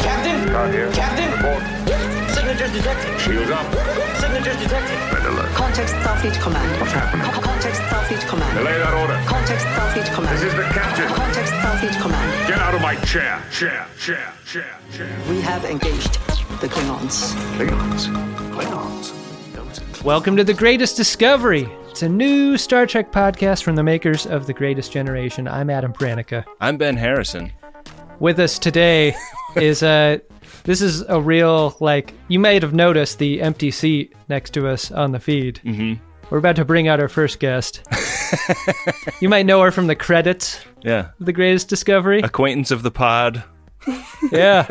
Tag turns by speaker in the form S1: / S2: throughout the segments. S1: Card here.
S2: Captain?
S1: Report.
S2: Signatures detected.
S1: Shields up.
S2: Signatures detected.
S1: Red alert.
S3: Context Starfleet Command.
S1: What's happening?
S3: Co- Context Starfleet Command.
S1: Delay that order.
S3: Context Starfleet Command.
S1: This is the captain.
S3: Context Starfleet Command.
S1: Get out of my chair. Chair, chair, chair, chair.
S3: We have engaged the Klingons.
S1: Klingons. Klingons. Those
S4: Welcome to The Greatest Discovery. It's a new Star Trek podcast from the makers of The Greatest Generation. I'm Adam Pranica.
S5: I'm Ben Harrison.
S4: With us today is uh this is a real like you might have noticed the empty seat next to us on the feed. Mm-hmm. We're about to bring out our first guest. you might know her from the credits
S5: Yeah.
S4: of The Greatest Discovery.
S5: Acquaintance of the pod.
S4: yeah.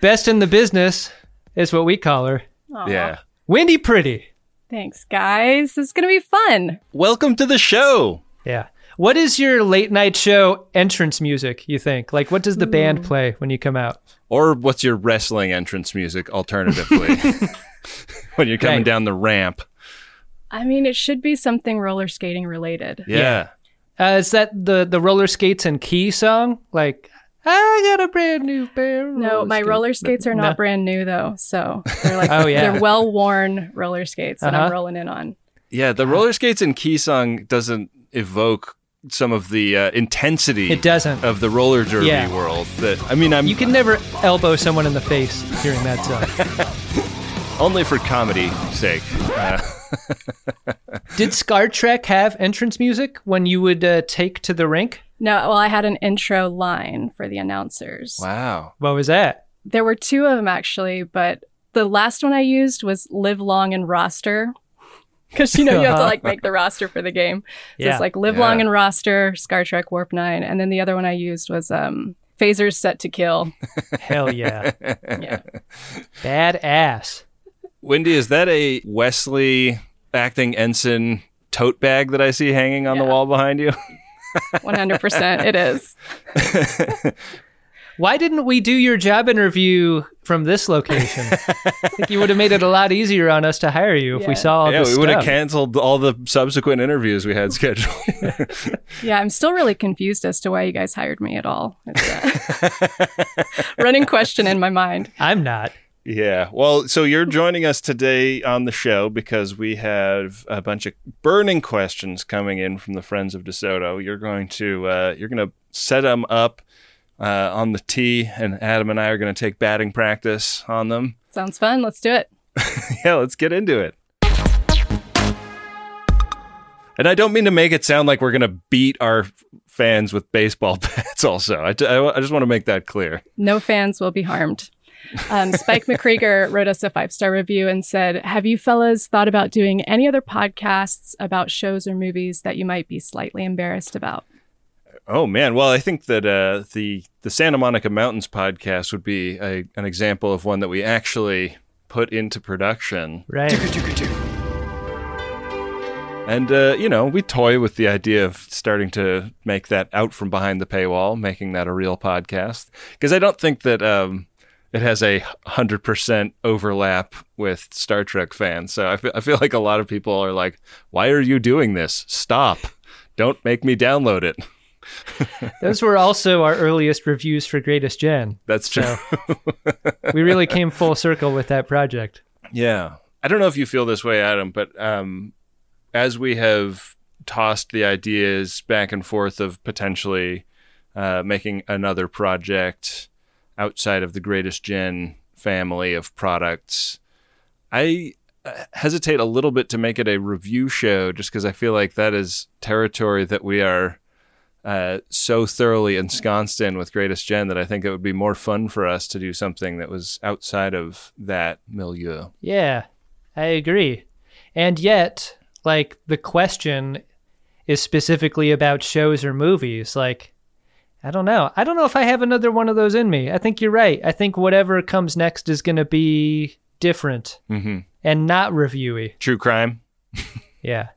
S4: Best in the business is what we call her.
S5: Yeah.
S4: Wendy Pretty.
S6: Thanks, guys. It's going to be fun.
S5: Welcome to the show.
S4: Yeah. What is your late night show entrance music, you think? Like, what
S6: Hmm.
S4: does the band play when you come out?
S5: Or what's your wrestling entrance music alternatively? when you're coming
S4: Right.
S5: down the ramp.
S6: I mean, it should be something roller skating related.
S5: Yeah.
S4: Uh, is that the, the roller skates and key song? Like, I got a brand new pair. of
S6: No, my
S4: skate-
S6: roller skates are
S4: No.
S6: not brand new though, so they're like
S4: Oh, yeah.
S6: they're well worn roller skates that
S4: Uh-huh.
S6: I'm rolling in on.
S5: Yeah, the roller skates and key song doesn't evoke some of the uh, intensity
S4: It doesn't.
S5: of the roller derby
S4: Yeah.
S5: world that I mean I'm
S4: You can never elbow someone in the face hearing that song.
S5: only for comedy sake. Uh,
S4: Did Scar Trek have entrance music when you would uh, take to the rink?
S6: No, well, I had an intro line for the announcers.
S5: wow.
S4: What was that?
S6: There were two of them actually, but the last one I used was "Live Long and Roster," because you know you have to
S4: Uh-huh.
S6: like make the roster for the game. So
S4: Yeah.
S6: it's like "Live
S5: Yeah.
S6: Long and Roster," Star Trek Warp Nine, and then the other one I used was um, "Phasers Set to Kill."
S4: Hell yeah.
S6: Yeah.
S4: Badass.
S5: Wendy, is that a Wesley acting ensign tote bag that I see hanging on the
S6: Yeah.
S5: wall behind you?
S6: One hundred percent, it is.
S4: Why didn't we do your job interview from this location? I think you would have made it a lot easier on us to hire you if we
S6: Yeah.
S4: saw all
S5: yeah,
S4: this
S5: we would have
S4: stuff.
S5: canceled all the subsequent interviews we had scheduled.
S6: Yeah, I'm still really confused as to why you guys hired me at all. It's a running question in my mind.
S4: I'm not.
S5: yeah. Well, so you're joining us today on the show because we have a bunch of burning questions coming in from the friends of DeSoto. You're going to uh, you're going to set them up uh, on the tee, and Adam and I are going to take batting practice on them.
S6: Sounds fun. Let's do it.
S5: yeah, let's get into it. And I don't mean to make it sound like we're going to beat our f- fans with baseball bats, also. I, d- I w- I just want to make that clear.
S6: No fans will be harmed. Um, Spike McCreeger wrote us a five star review and said, Have you fellas thought about doing any other podcasts about shows or movies that you might be slightly embarrassed about?
S5: Oh, man. Well, I think that uh, the, the Santa Monica Mountains podcast would be a, an example of one that we actually put into production.
S4: Right.
S5: And, uh, you know, we toy with the idea of starting to make that out from behind the paywall, making that a real podcast. Because I don't think that um, it has a 100% overlap with Star Trek fans. So I fe- I feel like a lot of people are like, why are you doing this? Stop. Don't make me download it.
S4: Those were also our earliest reviews for Greatest Gen.
S5: That's true.
S4: So we really came full circle with that project.
S5: Yeah. I don't know if you feel this way, Adam, but um, as we have tossed the ideas back and forth of potentially uh, making another project outside of the greatest gen family of products, I uh, hesitate a little bit to make it a review show just because I feel like that is territory that we are. Uh, so thoroughly ensconced in with Greatest Gen that I think it would be more fun for us to do something that was outside of that milieu.
S4: Yeah, I agree. And yet, like, the question is specifically about shows or movies. Like, I don't know. I don't know if I have another one of those in me. I think you're right. I think whatever comes next is going to be different
S5: Mm-hmm.
S4: and not reviewy.
S5: True crime.
S4: Yeah.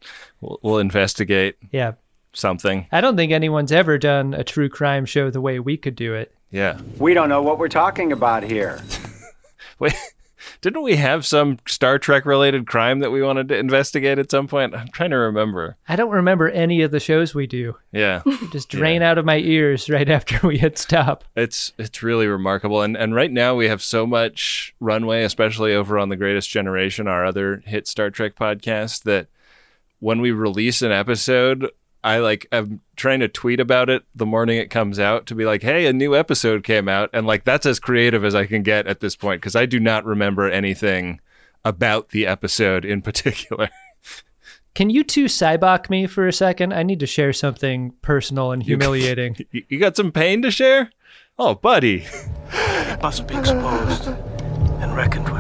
S5: We'll, we'll investigate
S4: Yeah.
S5: something.
S4: I don't think anyone's ever done a true crime show the way we could do it.
S5: Yeah.
S7: We don't know what we're talking about here.
S5: Wait. Didn't we have some Star Trek related crime that we wanted to investigate at some point? I'm trying to remember.
S4: I don't remember any of the shows we do.
S5: Yeah.
S4: Just drain out of my ears right after we hit stop.
S5: It's it's really remarkable, and and right now we have so much runway, especially over on the Greatest Generation, our other hit Star Trek podcast. That when we release an episode, I like I'm trying to tweet about it the morning it comes out to be like, hey, a new episode came out, and like that's as creative as I can get at this point because I do not remember anything about the episode in particular.
S4: Can you two cybok me for a second? I need to share something personal and humiliating.
S5: you, you got some pain to share? Oh, buddy.
S2: Must be exposed and reckoned with.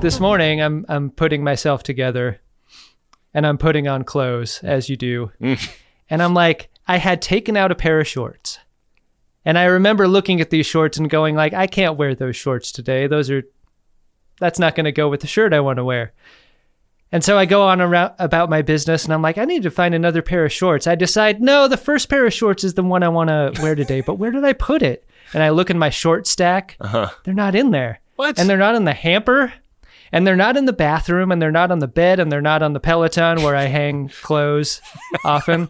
S4: this morning I'm I'm putting myself together and I'm putting on clothes as you do. and I'm like I had taken out a pair of shorts. And I remember looking at these shorts and going like I can't wear those shorts today. Those are that's not going to go with the shirt I want to wear. And so I go on around about my business and I'm like I need to find another pair of shorts. I decide no, the first pair of shorts is the one I want to wear today, but where did I put it? And I look in my short stack. They're not in there.
S5: What?
S4: And they're not in the hamper and they're not in the bathroom and they're not on the bed and they're not on the peloton where i hang clothes often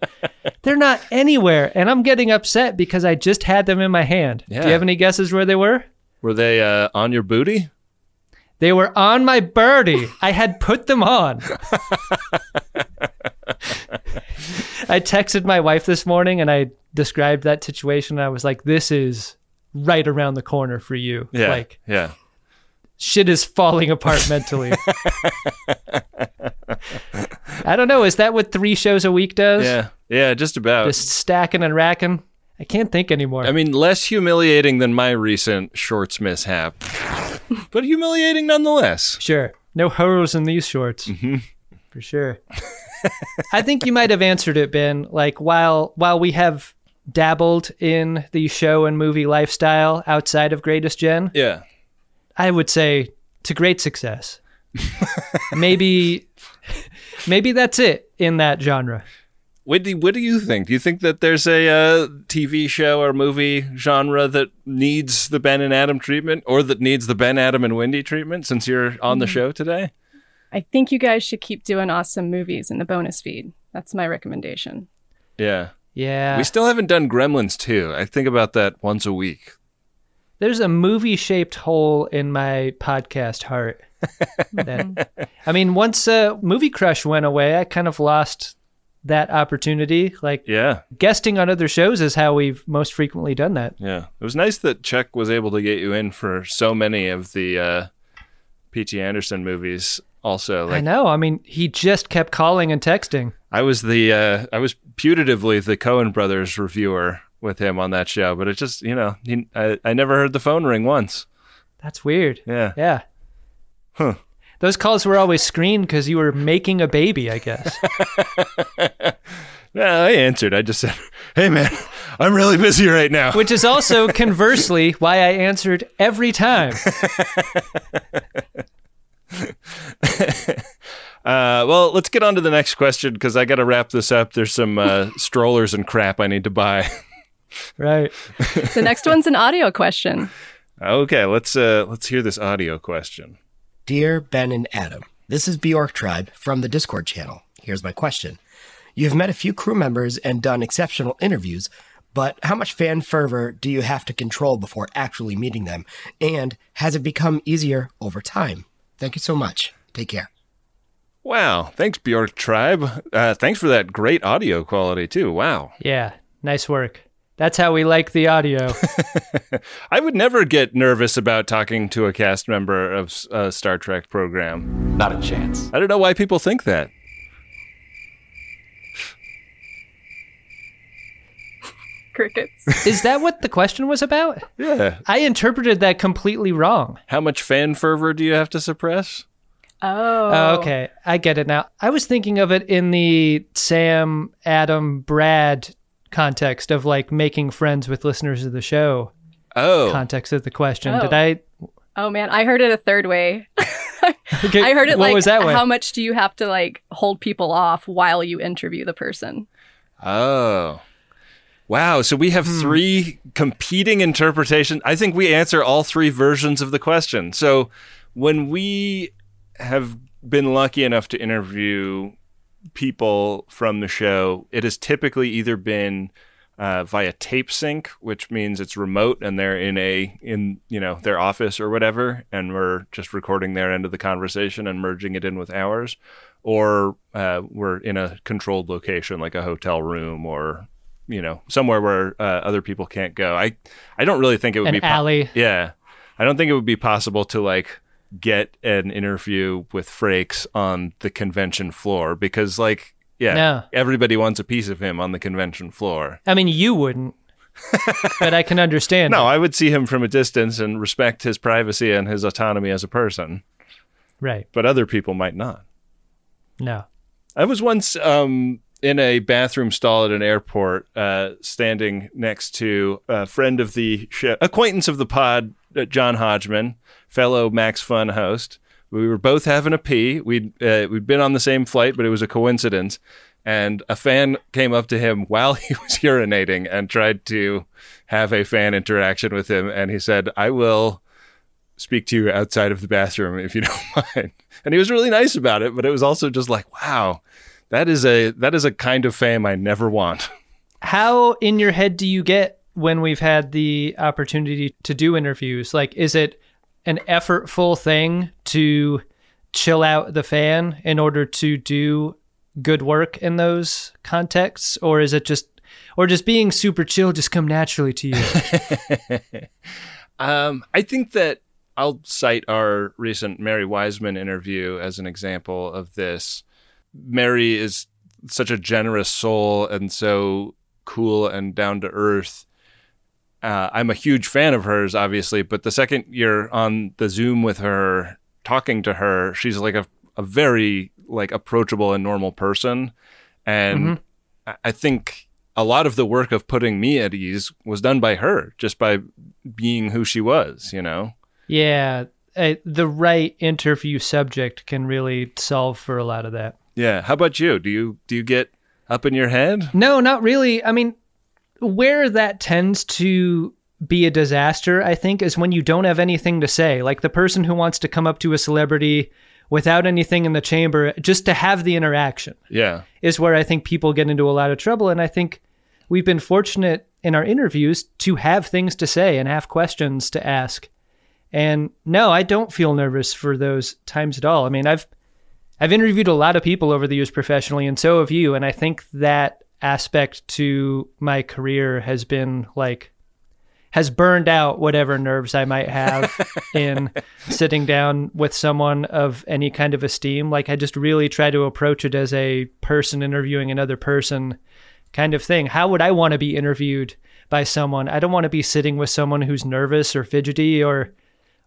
S4: they're not anywhere and i'm getting upset because i just had them in my hand do
S5: Yeah.
S4: you have any guesses where they were
S5: Were they uh, on your booty?
S4: they were on my birdie i had put them on i texted my wife this morning and i described that situation and i was like this is right around the corner for you
S5: Yeah.
S4: like
S5: yeah.
S4: shit is falling apart mentally. I don't know. Is that what three shows a week does?
S5: Yeah. Yeah, just about.
S4: Just stacking and racking? I can't think anymore.
S5: I mean, less humiliating than my recent shorts mishap, but humiliating nonetheless.
S4: sure. No hurdles in these shorts.
S5: Mm-hmm.
S4: For sure. I think you might have answered it, Ben. Like while while we have dabbled in the show and movie lifestyle outside of Greatest Gen,
S5: Yeah.
S4: I would say to great success. maybe maybe that's it in that genre.
S5: What do, what do you think? Do you think that there's a uh, TV show or movie genre that needs the Ben and Adam treatment or that needs the Ben, Adam, and Wendy treatment since you're on the show today?
S6: I think you guys should keep doing awesome movies in the bonus feed. That's my recommendation.
S5: Yeah.
S4: Yeah.
S5: We still haven't done Gremlins 2. I think about that once a week.
S4: There's a movie shaped hole in my podcast heart. that, I mean, once uh, Movie Crush went away, I kind of lost that opportunity. Like,
S5: Yeah.
S4: guesting on other shows is how we've most frequently done that.
S5: Yeah. It was nice that Chuck was able to get you in for so many of the uh, P.T. Anderson movies, also.
S4: I
S5: Like,
S4: know. I mean, he just kept calling and texting.
S5: I was the uh, I was putatively the Cohen brothers reviewer with him on that show, but it just you know he, I I never heard the phone ring once.
S4: That's weird.
S5: Yeah,
S4: Yeah.
S5: Huh.
S4: Those calls were always screened because you were making a baby, I guess.
S5: Well, I answered. I just said, "Hey man, I'm really busy right now."
S4: Which is also conversely why I answered every time.
S5: Uh, well, let's get on to the next question because I got to wrap this up. There's some uh, strollers and crap I need to buy.
S4: Right.
S6: The next one's an audio question.
S5: okay, let's uh, let's hear this audio question.
S7: Dear Ben and Adam, this is Bjork Tribe from the Discord channel. Here's my question. You've met a few crew members and done exceptional interviews, but how much fan fervor do you have to control before actually meeting them? And has it become easier over time? Thank you so much. Take care.
S5: Wow, thanks Bjork Tribe. Uh, thanks for that great audio quality too. Wow.
S4: Yeah, nice work. That's how we like the audio.
S5: I would never get nervous about talking to a cast member of s- a Star Trek program.
S2: Not a chance.
S5: I don't know why people think that.
S6: Crickets.
S4: Is that what the question was about?
S5: Yeah.
S4: I interpreted that completely wrong.
S5: How much fan fervor do you have to suppress?
S6: Oh.
S4: Oh, okay, I get it now. I was thinking of it in the Sam, Adam, Brad context of like making friends with listeners of the show
S5: Oh.
S4: context of the question. Did
S6: Oh.
S4: I?
S6: Oh man, I heard it a third way.
S4: Okay,
S6: I heard it
S4: what
S6: like
S4: was that way?
S6: how much do you have to like hold people off while you interview the person?
S5: Oh. Wow. So we have three competing interpretations. I think we answer all three versions of the question. So when we have been lucky enough to interview people from the show, it has typically either been uh, via tape sync, which means it's remote and they're in a in you know their office or whatever, and we're just recording their end of the conversation and merging it in with ours, or uh, we're in a controlled location like a hotel room or you know somewhere where uh, other people can't go. I I don't really think it would
S4: An
S5: be po-
S4: alley.
S5: yeah. I don't think it would be possible to like get an interview with Frakes on the convention floor because like yeah,
S4: No.
S5: everybody wants a piece of him on the convention floor.
S4: I mean, you wouldn't, but I can understand.
S5: No,
S4: it.
S5: I would see him from a distance and respect his privacy and his autonomy as a person,
S4: right?
S5: but other people might not.
S4: No.
S5: I was once um, in a bathroom stall at an airport, uh, standing next to a friend of the show, acquaintance of the pod, uh, John Hodgman, fellow Max Fun host. We were both having a pee. We'd uh, we'd been on the same flight, but it was a coincidence. And a fan came up to him while he was urinating and tried to have a fan interaction with him. And he said, "I will." speak to you outside of the bathroom if you don't mind. And he was really nice about it, but it was also just like, wow, that is a that is a kind of fame I never want.
S4: How in your head do you get when we've had the opportunity to do interviews? Like, is it an effortful thing to chill out the fan in order to do good work in those contexts, or is it just, or just being super chill just come naturally to you?
S5: Um, I think that I'll cite our recent Mary Wiseman interview as an example of this. Mary is such a generous soul and so cool and down to earth. Uh, I'm a huge fan of hers, obviously, but the second you're on the Zoom with her, talking to her, she's like a, a very like approachable and normal person, and I- I think a lot of the work of putting me at ease was done by her, just by being who she was, you know?
S4: yeah, uh, the right interview subject can really solve for a lot of that.
S5: Yeah. How about you? Do you do you get up in your head?
S4: No, not really. I mean, where that tends to be a disaster, I think, is when you don't have anything to say. Like the person who wants to come up to a celebrity without anything in the chamber just to have the interaction
S5: Yeah.
S4: is where I think people get into a lot of trouble. And I think we've been fortunate in our interviews to have things to say and have questions to ask. And no, I don't feel nervous for those times at all. I mean, I've I've interviewed a lot of people over the years professionally, and so have you. And I think that aspect to my career has been like has burned out whatever nerves I might have in sitting down with someone of any kind of esteem. Like I just really try to approach it as a person interviewing another person kind of thing. How would I want to be interviewed by someone? I don't want to be sitting with someone who's nervous or fidgety or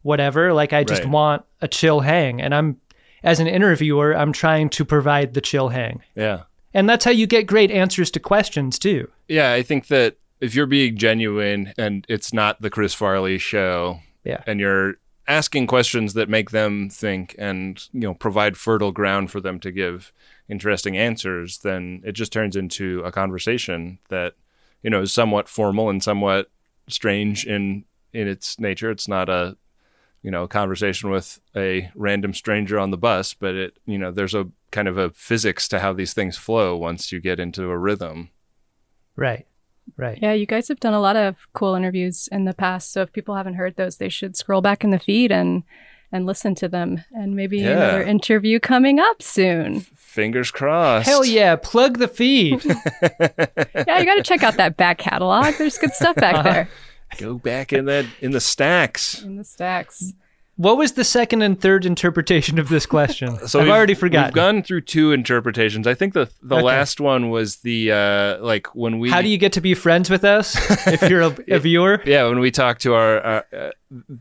S4: whatever. Like I just
S5: Right.
S4: want a chill hang. And I'm as an interviewer, I'm trying to provide the chill hang.
S5: Yeah.
S4: And that's how you get great answers to questions too.
S5: Yeah, I think that if you're being genuine and it's not the Chris Farley show
S4: Yeah.
S5: and you're asking questions that make them think and, you know, provide fertile ground for them to give interesting answers, then it just turns into a conversation that, you know, is somewhat formal and somewhat strange in in its nature. It's not a you know, conversation with a random stranger on the bus, but it, you know, there's a kind of a physics to how these things flow once you get into a rhythm.
S4: Right. Right.
S6: Yeah, you guys have done a lot of cool interviews in the past. So if people haven't heard those, they should scroll back in the feed and and listen to them. And maybe
S5: Yeah.
S6: another interview coming up soon.
S5: Fingers crossed.
S4: Hell yeah, plug the feed.
S6: Yeah, you got to check out that back catalog. There's good stuff back there
S5: Go back in that in the stacks.
S6: in the stacks.
S4: what was the second and third interpretation of this question? I've
S5: we've-
S4: already forgotten.
S5: We've gone through two interpretations. I think the the
S4: Okay.
S5: last one was the uh like when we
S4: How do you get to be friends with us if you're a, a viewer?
S5: yeah when we talk to our uh, uh,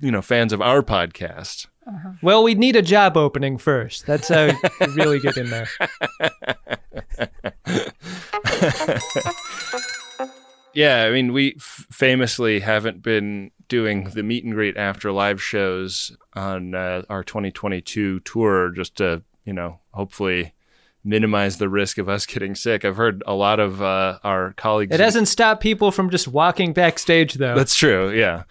S5: you know fans of our podcast.
S4: Well, we'd need a job opening first. That's how you really get in there.
S5: Yeah, I mean we f- famously haven't been doing the meet and greet after live shows on uh, our 2022 tour just to you know hopefully minimize the risk of us getting sick. I've heard a lot of uh, our colleagues.
S4: It doesn't stop people from just walking backstage, though.
S5: That's true. Yeah,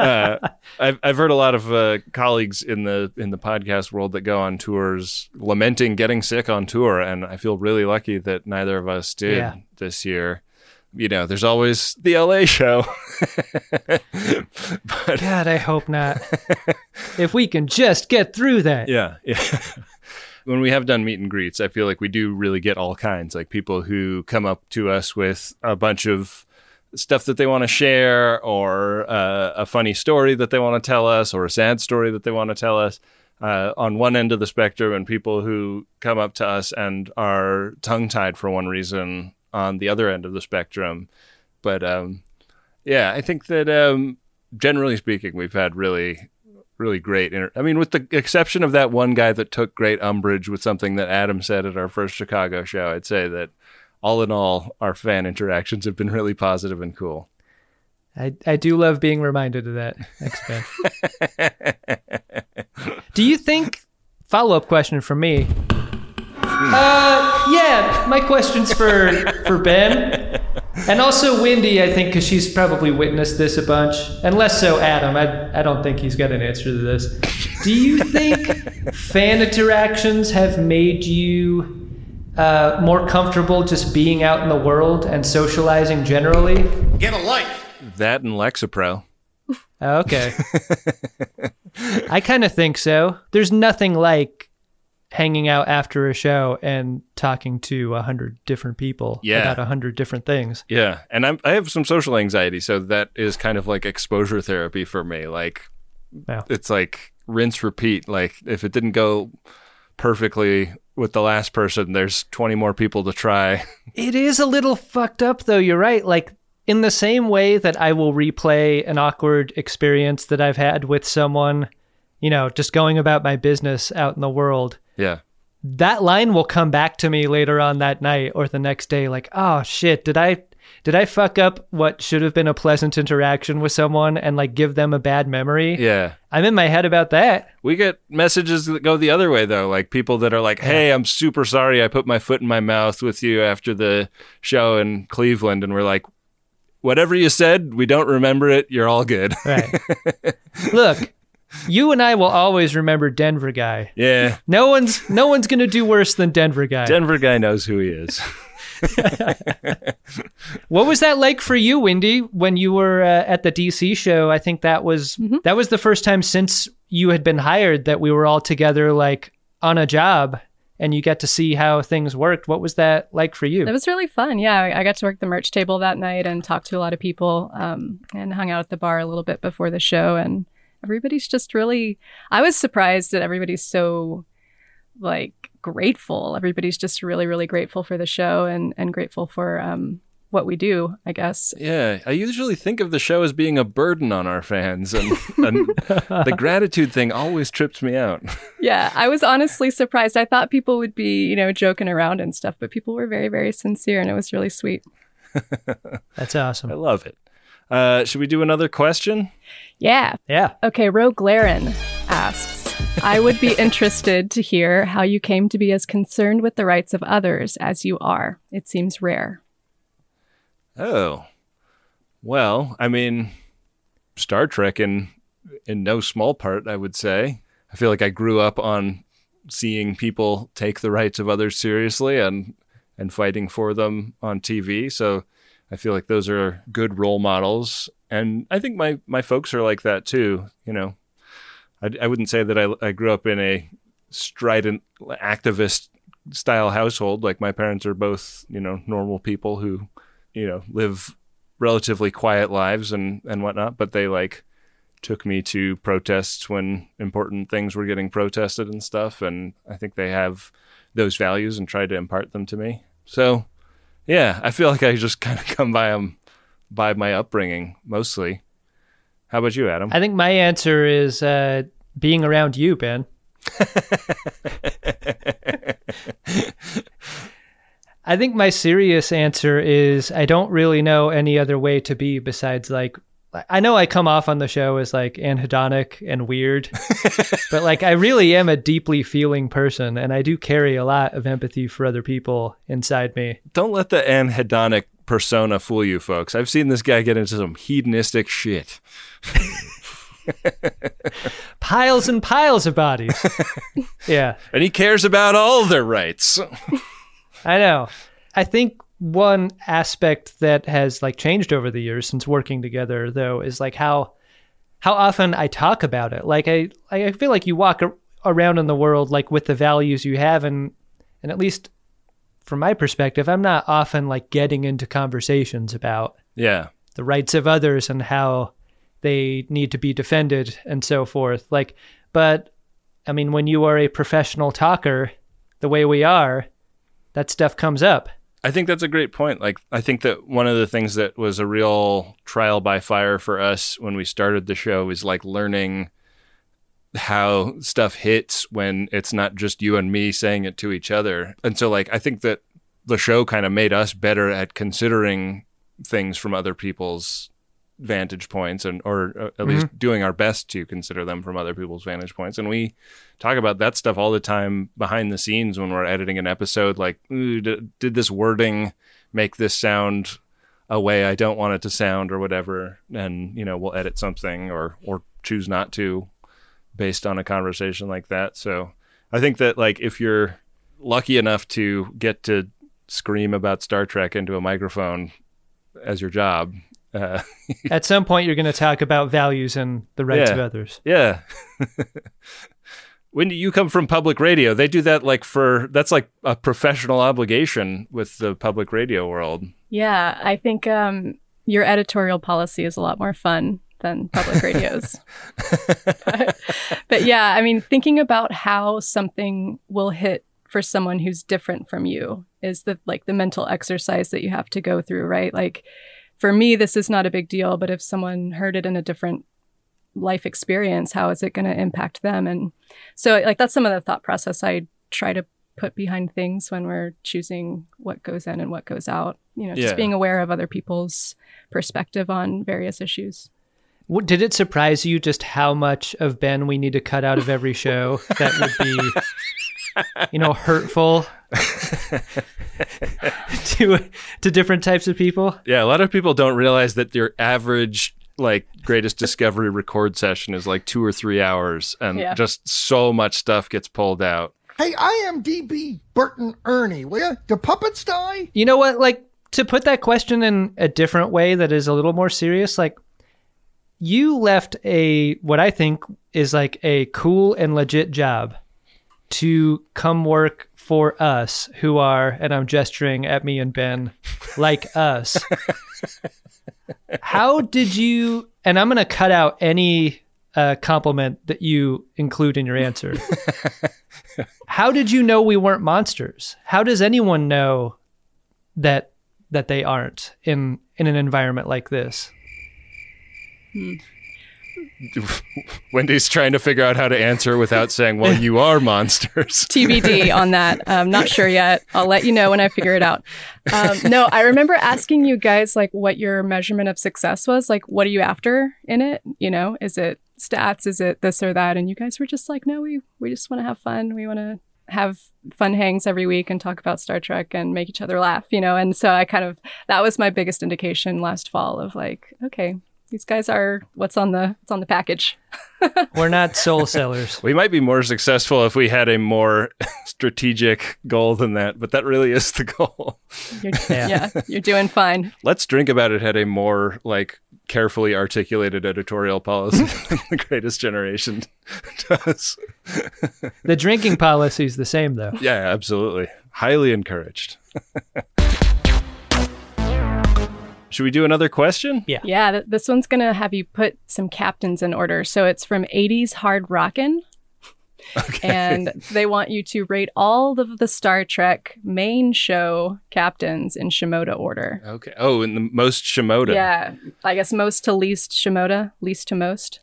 S5: uh, I've I've heard a lot of uh, colleagues in the in the podcast world that go on tours lamenting getting sick on tour, and I feel really lucky that neither of us did
S4: Yeah.
S5: this year. You know, there's always the LA show.
S4: God, I hope not. if we can just get through that.
S5: Yeah, yeah. when we have done meet and greets, I feel like we do really get all kinds, like people who come up to us with a bunch of stuff that they want to share, or uh, a funny story that they want to tell us, or a sad story that they want to tell us. Uh, on one end of the spectrum, and people who come up to us and are tongue tied for one reason on the other end of the spectrum. But um, yeah, I think that um, generally speaking, we've had really, really great. Inter- I mean, with the exception of that one guy that took great umbrage with something that Adam said at our first Chicago show, I'd say that all in all, our fan interactions have been really positive and cool.
S4: I, I do love being reminded of that. Thanks, Ben. do you think, follow up question for me? Uh, yeah, my question's for, for Ben. And also Wendy, I think, because she's probably witnessed this a bunch. And less so Adam. I, I don't think he's got an answer to this. Do you think fan interactions have made you uh, more comfortable just being out in the world and socializing generally?
S5: That and Lexapro.
S4: Oh, Okay. I kind of think so. There's nothing like hanging out after a show and talking to a hundred different people
S5: Yeah.
S4: about a hundred different things.
S5: Yeah, and I'm, I have some social anxiety, so that is kind of like exposure therapy for me. Like,
S4: Yeah.
S5: it's like rinse, repeat. Like, if it didn't go perfectly with the last person, there's 20 more people to try.
S4: It is a little fucked up, though. You're right. Like, in the same way that I will replay an awkward experience that I've had with someone, you know, just going about my business out in the world,
S5: yeah,
S4: that line will come back to me later on that night or the next day like oh shit did i did i fuck up what should have been a pleasant interaction with someone and like give them a bad memory
S5: yeah.
S4: i'm in my head about that
S5: We get messages that go the other way though, like people that are like, "Hey, I'm super sorry I put my foot in my mouth with you after the show in Cleveland," and we're like, "Whatever you said, we don't remember it. You're all good."
S4: right look you and i will always remember denver guy
S5: yeah,
S4: no one's no one's gonna do worse than denver guy
S5: Denver guy knows who he is.
S4: what was that like for you wendy when you were uh, at the dc show i think that was
S6: Mm-hmm.
S4: that was the first time since you had been hired that we were all together like on a job and you got to see how things worked what was that like for you
S6: That was really fun. Yeah, I- I got to work the merch table that night and talk to a lot of people um, and hung out at the bar a little bit before the show. And everybody's just really, I was surprised that everybody's so like grateful. Everybody's just really, really grateful for the show and, and grateful for um, what we do, I guess.
S5: Yeah, I usually think of the show as being a burden on our fans, and, and the gratitude thing always trips me out.
S6: Yeah, I was honestly surprised. I thought people would be, you know, joking around and stuff, but people were very, very sincere and it was really sweet.
S4: that's
S5: I
S4: awesome
S5: love it. Uh, should we do another question?
S6: Yeah,
S4: yeah
S6: Okay, Roe Glarin asks, I would be interested to hear how you came to be as concerned with the rights of others as you are. It seems rare.
S5: Oh, well, I mean, Star Trek in in no small part, I would say. I feel like I grew up on seeing people take the rights of others seriously and and fighting for them on TV. So I feel like those are good role models, and I think my my folks are like that too. You know, I, I wouldn't say that I I grew up in a strident activist style household. Like my parents are both you know normal people who you know live relatively quiet lives and and whatnot but they like took me to protests when important things were getting protested and stuff and i think they have those values and tried to impart them to me so yeah i feel like i just kind of come by 'em by my upbringing mostly how about you adam
S4: i think my answer is uh, being around you ben I think my serious answer is I don't really know any other way to be besides like I know I come off on the show as like anhedonic and weird, but like I really am a deeply feeling person and I do carry a lot of empathy for other people inside me.
S5: Don't let the anhedonic persona fool you, folks. I've seen this guy get into some hedonistic shit.
S4: Piles and piles of bodies. yeah,
S5: And he cares about all their rights.
S4: I know. I think one aspect that has like changed over the years since working together though is like how how often I talk about it. Like I I feel like you walk ar- around in the world like with the values you have and and at least from my perspective, I'm not often like getting into conversations about
S5: Yeah.
S4: the rights of others and how they need to be defended and so forth. Like, but I mean, when you are a professional talker, the way we are, that stuff comes up.
S5: I think that's a great point. Like, I think that one of the things that was a real trial by fire for us when we started the show is like learning how stuff hits when it's not just you and me saying it to each other. And so, like, I think that the show kind of made us better at considering things from other people's vantage points and or uh, at least doing our best to consider them from other people's vantage points and we talk about that stuff all the time behind the scenes when we're editing an episode like Ooh, d- did this wording make this sound a way i don't want it to sound or whatever and you know we'll edit something or or choose not to based on a conversation like that so i think that like if you're lucky enough to get to scream about star trek into a microphone as your job uh,
S4: At some point, you're going to talk about values and the rights
S5: Yeah.
S4: of others.
S5: Yeah. when do you come from public radio? They do that like for that's like a professional obligation with the public radio world.
S6: Yeah, I think um, your editorial policy is a lot more fun than public radio's. but, but yeah, I mean, thinking about how something will hit for someone who's different from you is the like the mental exercise that you have to go through, right? Like for me, this is not a big deal, but if someone heard it in a different life experience, how is it going to impact them? And so, like, that's some of the thought process I try to put behind things when we're choosing what goes in and what goes out. You know,
S5: Yeah.
S6: just being aware of other people's perspective on various issues.
S4: What, did it surprise you just how much of Ben we need to cut out of every show that would be, you know, hurtful to to different types of people?
S5: Yeah, a lot of people don't realize that your average like greatest discovery record session is like 2 or 3 hours and
S6: Yeah.
S5: just so much stuff gets pulled out.
S8: Hey, I am DB Burton Ernie. Will ya? Do puppets die?
S4: you know what like to put that question in a different way that is a little more serious like you left a what i think is like a cool and legit job to come work for us who are and i'm gesturing at me and ben like us how did you and i'm going to cut out any uh, compliment that you include in your answer how did you know we weren't monsters how does anyone know that that they aren't in in an environment like this.
S5: Wendy's trying to figure out how to answer without saying, "Well, you are monsters."
S6: TBD on that. I'm not sure yet. I'll let you know when I figure it out. Um, no, I remember asking you guys like what your measurement of success was. Like, what are you after in it? You know, is it stats? Is it this or that? And you guys were just like, no, we we just want to have fun. We want to have fun hangs every week and talk about Star Trek and make each other laugh. You know, and so I kind of that was my biggest indication last fall of like, okay, these guys are what's on the what's on the package.
S4: We're not soul sellers.
S5: We might be more successful if we had a more strategic goal than that, but that really is the goal.
S6: You're,
S4: Yeah.
S6: yeah, you're doing fine.
S5: Let's Drink About It had a more like carefully articulated editorial policy than the greatest generation does.
S4: The drinking policy is the same though.
S5: Yeah, absolutely. Highly encouraged. Should we do another question?
S4: Yeah.
S6: Yeah, th- this one's gonna have you put some captains in order. So it's from '80s Hard Rockin', and they want you to rate all of the Star Trek main show captains in Shimoda order.
S5: Okay. Oh, and the most Shimoda.
S6: Yeah, I guess most to least Shimoda, least to most.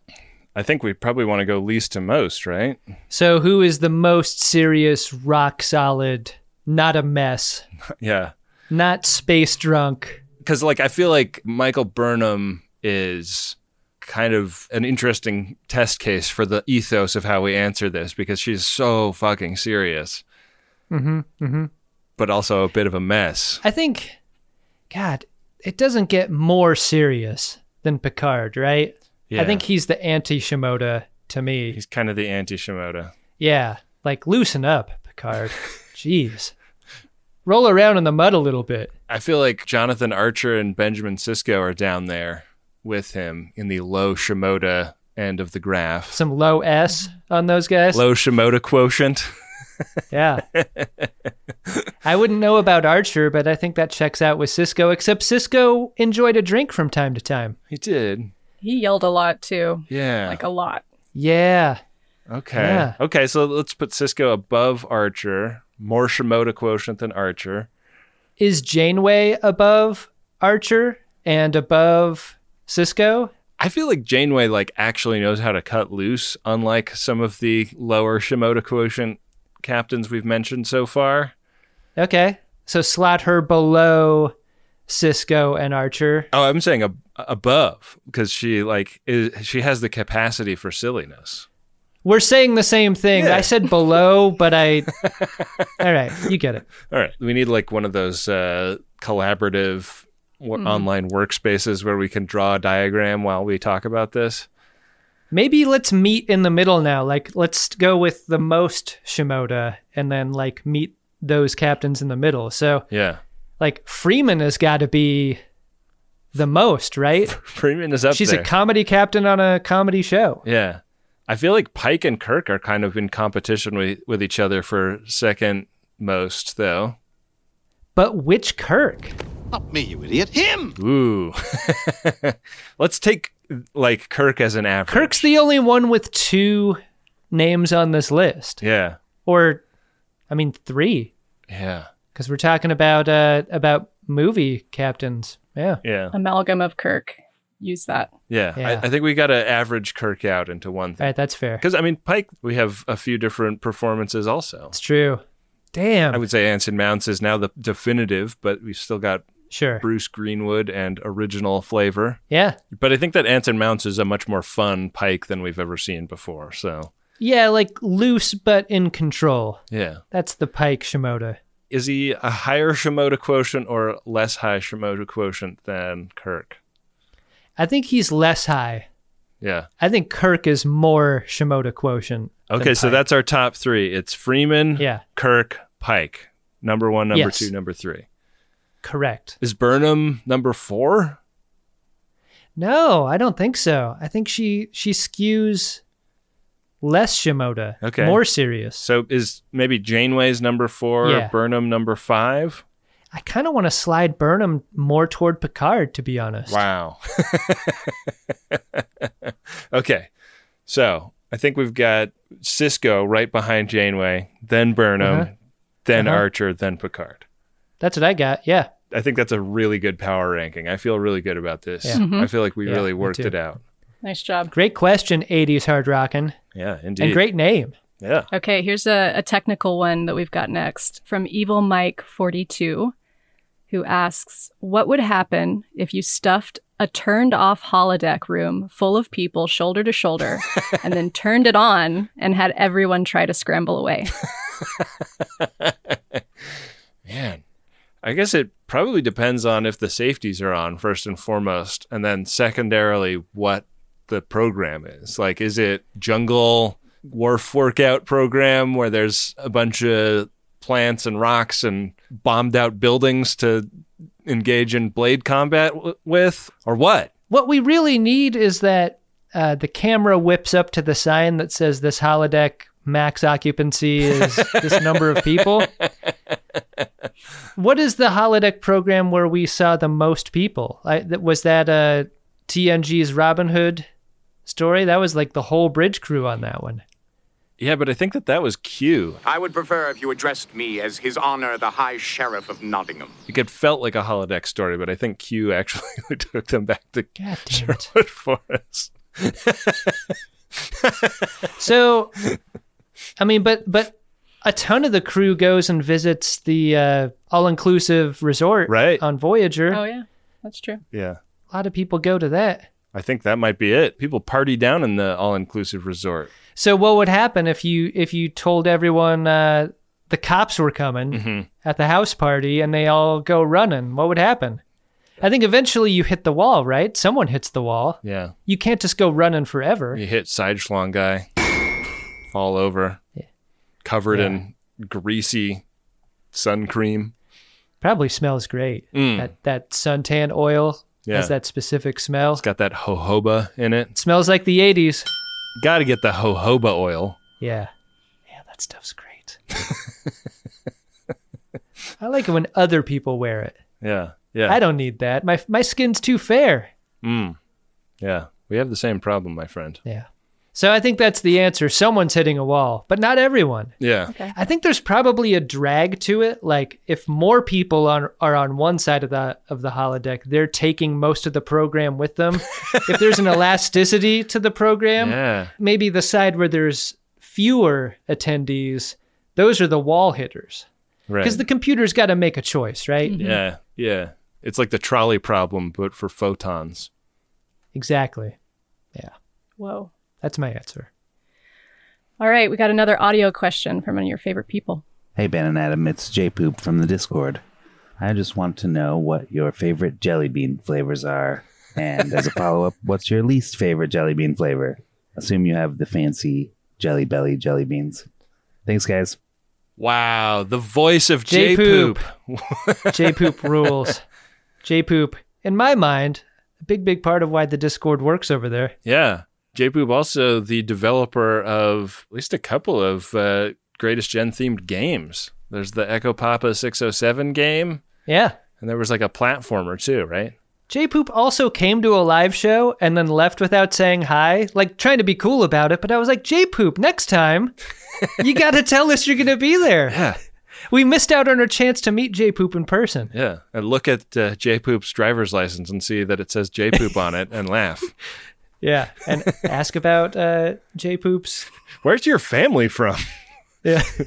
S5: I think we probably want to go least to most, right?
S4: So who is the most serious, rock solid, not a mess,
S5: Yeah.
S4: not space drunk?
S5: because like I feel like Michael Burnham is kind of an interesting test case for the ethos of how we answer this because she's so fucking serious. Mm-hmm. Mm-hmm.
S4: mm-hmm.
S5: But also a bit of a mess.
S4: I think, God, it doesn't get more serious than Picard, right?
S5: Yeah.
S4: I think he's the anti Shimoda to me.
S5: He's kind of the anti Shimoda.
S4: Yeah, like loosen up, Picard. Jeez. Roll around in the mud a little bit.
S5: I feel like Jonathan Archer and Benjamin Sisko are down there with him in the low Shimoda end of the graph.
S4: Some low S on those guys.
S5: Low Shimoda quotient.
S4: Yeah. I wouldn't know about Archer, but I think that checks out with Cisco, except Cisco enjoyed a drink from time to time.
S5: He did.
S6: He yelled a lot too,
S5: Yeah.
S6: like a lot.
S4: Yeah.
S5: Okay.
S4: Yeah.
S5: Okay, so let's put Cisco above Archer, more Shimoda quotient than Archer.
S4: Is Janeway above Archer and above Cisco?
S5: I feel like Janeway like actually knows how to cut loose, unlike some of the lower Shimoda quotient captains we've mentioned so far.
S4: Okay. So slot her below Cisco and Archer.
S5: Oh, I'm saying ab- above because she like is she has the capacity for silliness.
S4: We're saying the same thing.
S5: Yeah.
S4: I said below, but I. All right. You get it.
S5: All right, we need like one of those uh, collaborative wo-
S4: Mm-hmm.
S5: online workspaces where we can draw a diagram while we talk about this.
S4: Maybe let's meet in the middle now. Like, let's go with the most Shimoda and then, like, meet those captains in the middle. So,
S5: Yeah,
S4: like, Freeman has got to be the most, right?
S5: Freeman is up
S4: She's
S5: there.
S4: a comedy captain on a comedy show.
S5: yeah, I feel like Pike and Kirk are kind of in competition with with each other for second most though.
S4: But which Kirk?
S5: Ooh, let's take like Kirk as an average.
S4: Kirk's the only one with two names on this list.
S5: yeah,
S4: Or, I mean, three,
S5: yeah,
S4: because we're talking about uh, about movie captains. Yeah.
S5: yeah.
S6: Amalgam of Kirk. Use that.
S5: Yeah,
S4: Yeah.
S5: I, I think we got to average Kirk out into one
S4: All
S5: thing.
S4: right. That's fair.
S5: Because I mean, Pike, we have a few different performances. Also,
S4: It's true. Damn.
S5: I would say Anson Mounts is now the definitive, but we've still got
S4: sure.
S5: Bruce Greenwood and original flavor.
S4: Yeah.
S5: But I think that Anson Mounts is a much more fun Pike than we've ever seen before. So
S4: Yeah, like loose but in control.
S5: yeah,
S4: That's the Pike Shimoda.
S5: is he a higher Shimoda quotient or less high Shimoda quotient than Kirk?
S4: I think he's less high.
S5: Yeah.
S4: I think Kirk is more Shimoda quotient. than
S5: Okay, so
S4: Pike.
S5: that's our top three. It's Freeman,
S4: Yeah.
S5: Kirk, Pike. Number one, number
S4: Yes.
S5: two, number three.
S4: correct.
S5: Is Burnham number four?
S4: No, I don't think so. I think she she skews less Shimoda.
S5: Okay.
S4: More serious.
S5: So is maybe Janeway's number four,
S4: Yeah.
S5: Burnham number five?
S4: I kind of want to slide Burnham more toward Picard, to be honest.
S5: Wow. okay. So I think we've got Cisco right behind Janeway, then Burnham,
S4: Uh-huh.
S5: then
S4: Uh-huh.
S5: Archer, then Picard.
S4: That's what I got. Yeah.
S5: I think that's a really good power ranking. I feel really good about this.
S4: Yeah. Mm-hmm.
S5: I feel like we
S4: Yeah,
S5: really
S4: me
S5: worked
S4: too.
S5: it out.
S6: Nice job.
S4: Great question, 80s hard rockin'.
S5: Yeah, indeed.
S4: And great name.
S5: Yeah.
S6: Okay, here's a, a technical one that we've got next from Evil Mike 42, who asks, "What would happen if you stuffed a turned-off holodeck room full of people shoulder to shoulder, and then turned it on and had everyone try to scramble away?"
S5: Man, I guess it probably depends on if the safeties are on first and foremost, and then secondarily, what the program is. Like, is it jungle wharf workout program where there's a bunch of plants and rocks and bombed out buildings to engage in blade combat w- with, or what?
S4: What we really need is that uh, the camera whips up to the sign that says this holodeck max occupancy is this number of people. What is the holodeck program where we saw the most people? I, that, was that uh, TNG's Robin Hood story? That was like the whole bridge crew on that one.
S5: Yeah, but I think that that was Q.
S9: I would prefer if you addressed me as His Honor the High Sheriff of Nottingham.
S5: Like, It felt like a holodeck story, but I think Q actually took them back to
S4: God damn it.
S5: Sherwood Forest.
S4: So, I mean, but but a ton of the crew goes and visits the uh, all-inclusive resort
S5: Right.
S4: on Voyager.
S6: oh yeah, that's true.
S5: Yeah.
S4: a lot of people go to that.
S5: I think that might be it. People party down in the all inclusive resort.
S4: So what would happen if you if you told everyone uh, the cops were coming
S5: Mm-hmm.
S4: at the house party and they all go running? What would happen? I think eventually you hit the wall, right? Someone hits the wall.
S5: Yeah.
S4: You can't just go running forever.
S5: You hit side schlong guy, fall over, covered in greasy sun cream.
S4: Probably smells great. That that suntan oil
S5: Mm. Yeah.
S4: has that specific smell.
S5: It's got that jojoba in it.
S4: It smells like the '80s.
S5: Got to get the jojoba oil.
S4: Yeah. Yeah, that stuff's great. I like it when other people wear it.
S5: Yeah. Yeah.
S4: I don't need that. My my skin's too fair.
S5: yeah. We have the same problem, my friend.
S4: Yeah. So I think that's the answer. Someone's hitting a wall, but not everyone.
S5: Yeah.
S4: I think there's probably a drag to it. Like if more people on are on one side of the of the holodeck, they're taking most of the program with them. if there's an elasticity to the program,
S5: Yeah.
S4: maybe the side where there's fewer attendees, those are the wall hitters.
S5: Right. Mm.
S4: Because the computer's got to make a choice, right?
S5: yeah. Yeah. It's like the trolley problem, but for photons.
S4: Exactly.
S6: Whoa.
S4: That's my answer.
S6: All right, we got another audio question from one of your favorite people.
S10: Hey, Ben and Adam, it's J Poop from the Discord. I just want to know what your favorite jelly bean flavors are. And as a follow up, what's your least favorite jelly bean flavor? Assume you have the fancy Jelly Belly jelly beans. Thanks, guys.
S5: Wow. The voice of J
S4: J-Poop.
S5: Poop.
S4: J Poop rules. J Poop, in my mind, a big, big part of why the Discord works over there.
S5: Yeah. J Poop also the developer of at least a couple of uh, greatest gen themed games. There's the Echo Papa 607 game,
S4: Yeah.
S5: and there was like a platformer too, right?
S4: J Poop also came to a live show and then left without saying hi, like trying to be cool about it. But I was like, J Poop, next time, you got to tell us you're going to be there.
S5: Yeah.
S4: We missed out on our chance to meet J Poop in person.
S5: Yeah. And look at uh, J Poop's driver's license and see that it says J Poop on it and laugh.
S4: Yeah. And ask about uh, J Poop's.
S5: Where's your family from?
S4: Yeah.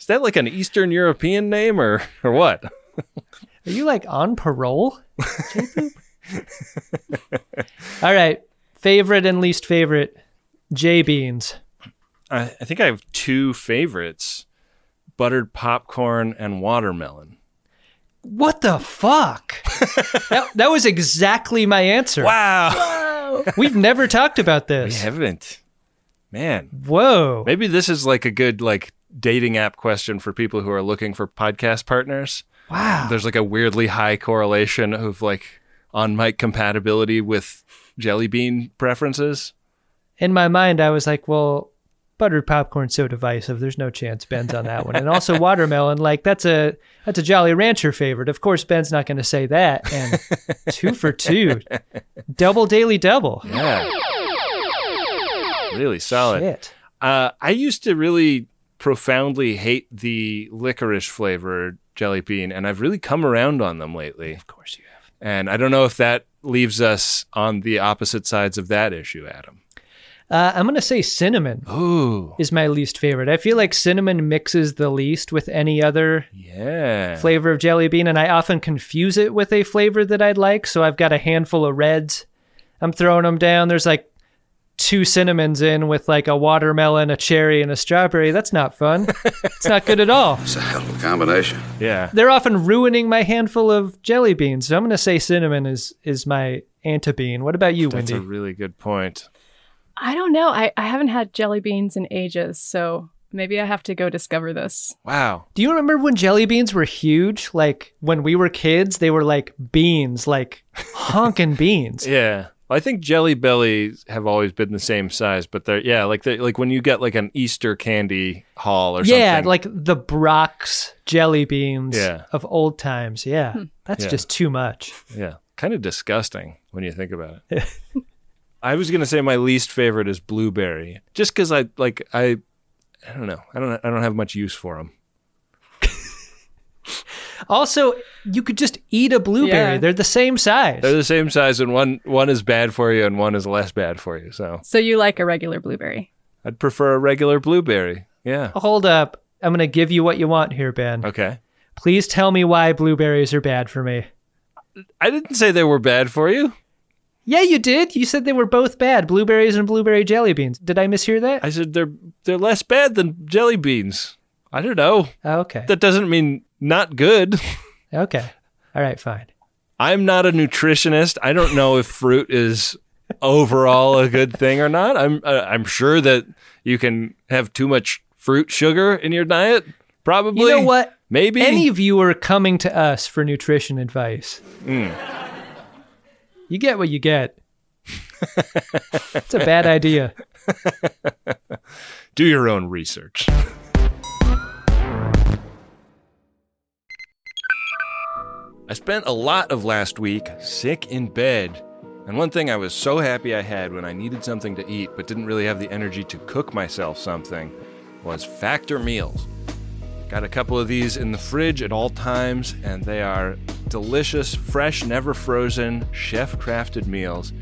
S5: Is that like an Eastern European name or, or what?
S4: Are you like on parole? J-Poop? All right. Favorite and least favorite J Beans.
S5: I, I think I have two favorites buttered popcorn and watermelon.
S4: What the fuck? that, that was exactly my answer.
S5: Wow.
S4: We've never talked about
S5: We
S4: this.
S5: haven't. Man.
S4: Whoa.
S5: Maybe this is like a good like dating app question for people who are looking for podcast partners. Wow. There's like a weirdly high correlation of like on mic compatibility with jelly bean preferences.
S4: In my mind, I was like, well, buttered popcorn so divisive. There's no chance Ben's on that one. And also watermelon, like that's a that's a Jolly Rancher favorite. Of course, Ben's not going to say that. And two for two, double daily double.
S5: Yeah. Really solid.
S4: Shit.
S5: Uh, I used to really profoundly hate the licorice flavored jelly bean, and I've really come around on them lately. Of course you have. And I don't know if that leaves us on the opposite sides of that issue, Adam.
S4: Uh, I'm gonna say cinnamon
S5: Ooh.
S4: is my least favorite. I feel like cinnamon mixes the least with any other
S5: Yeah.
S4: flavor of jelly bean, and I often confuse it with a flavor that I'd like. So I've got a handful of reds. I'm throwing them down. There's like two cinnamons in with like a watermelon, a cherry, and a strawberry. That's not fun. it's not good at all.
S1: Combination.
S5: yeah.
S4: They're often ruining my handful of jelly beans. So I'm gonna say cinnamon is is my antibean. What about you,
S5: That's a
S4: Wendy?
S5: really good point.
S6: I don't know. I, I haven't had jelly beans in ages, so maybe I have to go discover this.
S5: Wow.
S4: Do you remember when jelly beans were huge? Like when we were kids, they were like beans, like honking beans.
S5: Yeah. I think jelly bellies have always been the same size, but they're yeah, like they like when you get like an Easter candy haul or something.
S4: yeah, like the Brock's jelly beans
S5: Yeah.
S4: of old times. Yeah, that's
S5: Yeah.
S4: just too much.
S5: Yeah. Kind of disgusting when you think about it. I was going to say my least favorite is blueberry just cuz I like I I don't know. I don't I don't have much use for them.
S4: Also, you could just eat a blueberry;
S6: Yeah.
S4: they're the same size.
S5: They're the same size and one one is bad for you and one is less bad for you. So,
S6: So you like a regular blueberry?
S5: I'd prefer a regular blueberry. Yeah.
S4: Hold up, I'm gonna give you what you want here, Ben.
S5: Okay.
S4: Please tell me why blueberries are bad for me.
S5: I didn't say they were bad for you.
S4: Yeah, you did. You said they were both bad, blueberries and blueberry jelly beans. Did I mishear that?
S5: I said they're they're less bad than jelly beans. I don't know.
S4: okay.
S5: That doesn't mean not good.
S4: okay. All right, fine.
S5: I'm not a nutritionist. I don't know if fruit is overall a good thing or not. I'm uh, I'm sure that you can have too much fruit sugar in your diet. Probably.
S4: You know what?
S5: Maybe.
S4: Any viewer coming to us for nutrition advice, you get what you get. it's a bad idea.
S5: Do your own research. I spent a lot of last week sick in bed. And one thing I was so happy I had when I needed something to eat but didn't really have the energy to cook myself something was Factor Meals. Got a couple of these in the fridge at all times, and they are delicious, fresh, never frozen, chef crafted meals.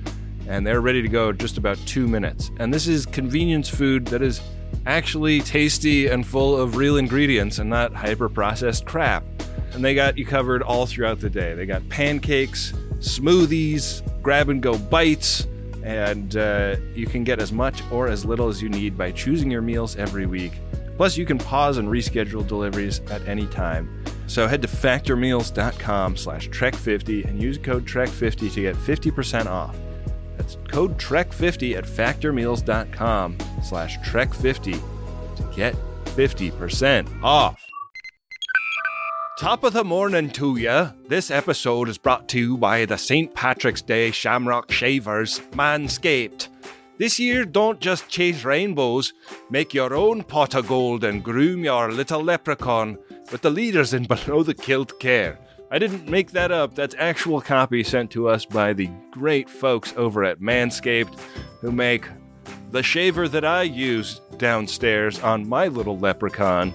S5: And they're ready to go in just about two minutes. And this is convenience food that is actually tasty and full of real ingredients and not hyper processed crap. And they got you covered all throughout the day. They got pancakes, smoothies, grab and go bites, and uh, you can get as much or as little as you need by choosing your meals every week. Plus, you can pause and reschedule deliveries at any time. So head to factormeals.com slash trek50 and use code trek50 to get 50% off. That's code trek50 at factormeals.com slash trek50 to get 50% off. Top of the morning to ya. This episode is brought to you by the St. Patrick's Day Shamrock Shavers Manscaped. This year, don't just chase rainbows, make your own pot of gold and groom your little leprechaun with the leaders in Below the Kilt Care. I didn't make that up, that's actual copy sent to us by the great folks over at Manscaped who make the shaver that I use downstairs on my little leprechaun,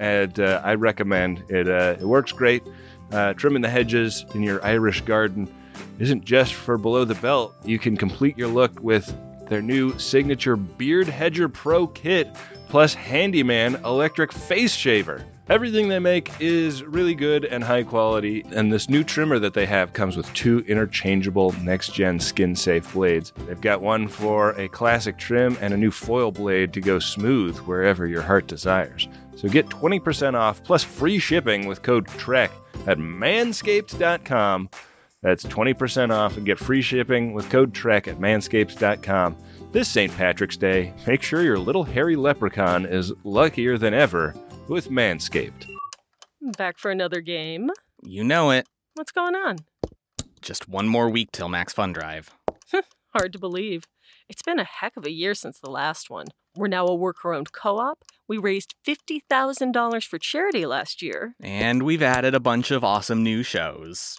S5: and uh, I recommend it. Uh, it works great. Uh, trimming the hedges in your Irish garden isn't just for below the belt. You can complete your look with their new signature Beard Hedger Pro kit, plus Handyman electric face shaver. Everything they make is really good and high quality, and this new trimmer that they have comes with two interchangeable next gen skin safe blades. They've got one for a classic trim and a new foil blade to go smooth wherever your heart desires. So get 20% off plus free shipping with code TREK at manscaped.com. That's 20% off and get free shipping with code TREK at manscaped.com. This St. Patrick's Day, make sure your little hairy leprechaun is luckier than ever with Manscaped.
S11: Back for another game.
S12: You know it.
S11: What's going on?
S12: Just one more week till Max Fun Drive.
S11: Hard to believe. It's been a heck of a year since the last one. We're now a worker owned co op. We raised $50,000 for charity last year.
S12: And we've added a bunch of awesome new shows.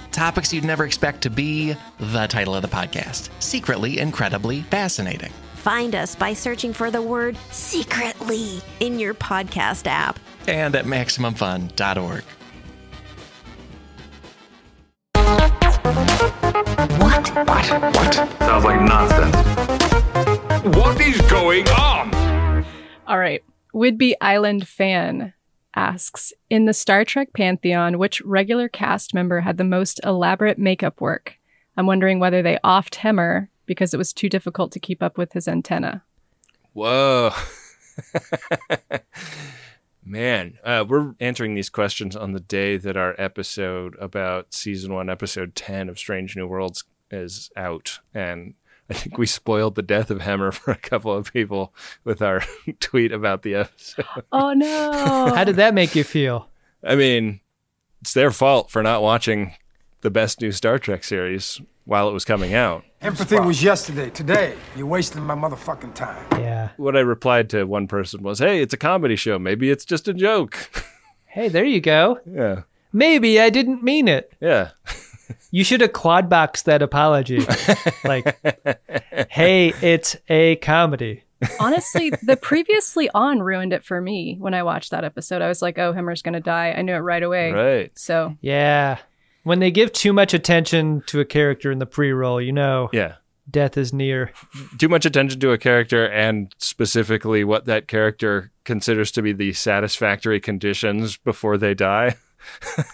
S13: Topics you'd never expect to be the title of the podcast Secretly Incredibly Fascinating.
S14: Find us by searching for the word secretly in your podcast app.
S13: And at MaximumFun.org.
S1: What? What? What? Sounds like nonsense. What is going on?
S6: All right. Would be Island fan asks In the Star Trek pantheon, which regular cast member had the most elaborate makeup work? I'm wondering whether they offed Hemmer because it was too difficult to keep up with his antenna.
S5: Whoa. Man, uh, we're answering these questions on the day that our episode about season one, episode 10 of Strange New Worlds is out. And I think we spoiled the death of Hammer for a couple of people with our tweet about the episode.
S6: Oh no!
S4: How did that make you feel?
S5: I mean, it's their fault for not watching the best new Star Trek series while it was coming out.
S15: Empathy was yesterday. Today, you're wasting my motherfucking time.
S4: Yeah.
S5: What I replied to one person was, "Hey, it's a comedy show. Maybe it's just a joke."
S4: Hey, there you go.
S5: Yeah.
S4: Maybe I didn't mean it.
S5: Yeah.
S4: You should have quad boxed that apology. like, hey, it's a comedy.
S6: Honestly, the previously on ruined it for me when I watched that episode. I was like, oh, Himmer's going to die. I knew it right away.
S5: Right.
S6: So,
S4: Yeah. When they give too much attention to a character in the pre roll, you know
S5: Yeah.
S4: death is near.
S5: Too much attention to a character and specifically what that character considers to be the satisfactory conditions before they die.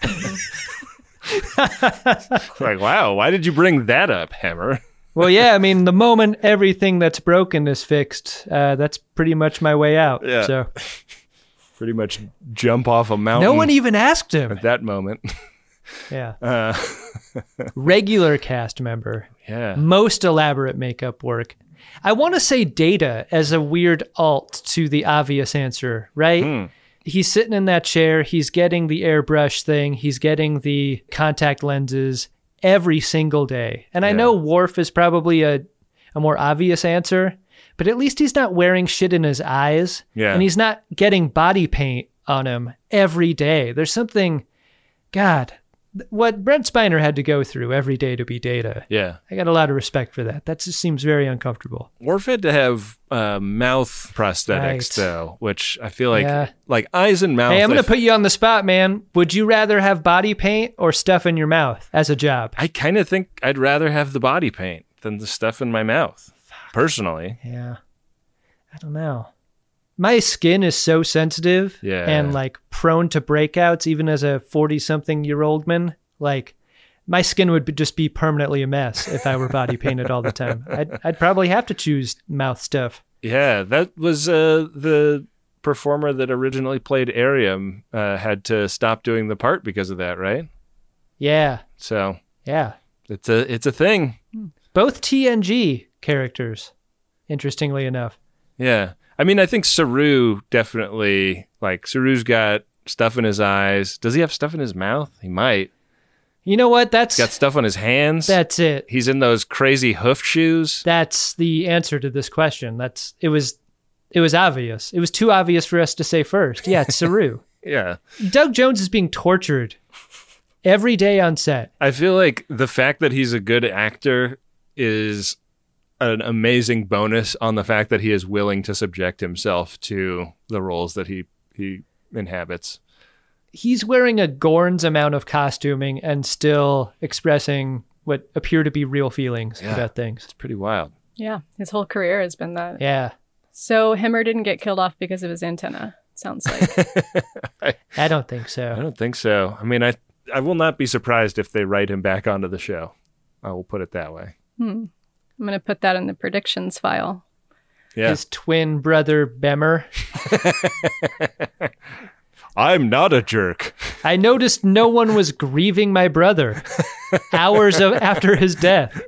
S5: like, wow, why did you bring that up, Hammer?
S4: Well, yeah, I mean, the moment everything that's broken is fixed, uh, that's pretty much my way out.
S5: Yeah.
S4: So
S5: Pretty much jump off a mountain.
S4: no one even asked him.
S5: at that moment.
S4: Yeah.
S5: Uh,
S4: Regular cast member.
S5: Yeah.
S4: Most elaborate makeup work. I want to say data as a weird alt to the obvious answer, right? He's sitting in that chair. He's getting the airbrush thing. He's getting the contact lenses every single day. And I know Worf is probably a, a more obvious answer, but at least he's not wearing shit in his eyes.
S5: Yeah.
S4: And he's not getting body paint on him every day. There's something, God, th- what Brent Spiner had to go through every day to be data.
S5: yeah.
S4: I got a lot of respect for that. That just seems very uncomfortable.
S5: Worf had to have uh, mouth prosthetics
S4: Right.
S5: though, which I feel like
S4: Yeah.
S5: like eyes and mouth.
S4: Hey, I'm
S5: I
S4: going to put you on the spot, man. Would you rather have body paint or stuff in your mouth as a job?
S5: I kind of think I'd rather have the body paint than the stuff in my mouth, personally.
S4: Yeah. I don't know. My skin is so sensitive
S5: Yeah.
S4: and like prone to breakouts, even as a 40 something year old man. Like, my skin would be- just be permanently a mess if I were body painted all the time. I'd, I'd probably have to choose mouth stuff.
S5: Yeah, that was uh, the performer that originally played Arium uh, had to stop doing the part because of that, right?
S4: Yeah.
S5: So
S4: Yeah.
S5: it's a it's a thing.
S4: Both TNG characters, interestingly enough.
S5: Yeah. I mean, I think Saru definitely like Saru's got stuff in his eyes. Does he have stuff in his mouth? He might.
S4: You know what? That's
S5: He's got stuff on his hands.
S4: that's it.
S5: He's in those crazy hoof shoes.
S4: That's the answer to this question. That's it was it was obvious. It was too obvious for us to say first. Yeah, it's Saru.
S5: Yeah.
S4: Doug Jones is being tortured every day on set.
S5: I feel like the fact that he's a good actor is an amazing bonus on the fact that he is willing to subject himself to the roles that he he inhabits.
S4: He's wearing a Gorn's amount of costuming and still expressing what appear to be real feelings
S5: Yeah.
S4: about things.
S5: It's pretty wild.
S6: yeah, his whole career has been that.
S4: Yeah.
S6: So, Himmer didn't get killed off because of his antenna, sounds like.
S4: I don't think so.
S5: I don't think so. I mean, I I will not be surprised if they write him back onto the show. I will put it that way.
S6: hmm. I'm going to put that in the predictions file.
S5: Yeah.
S4: His twin brother Bemer.
S5: I'm not a jerk.
S4: I noticed no one was grieving my brother hours of, after his death.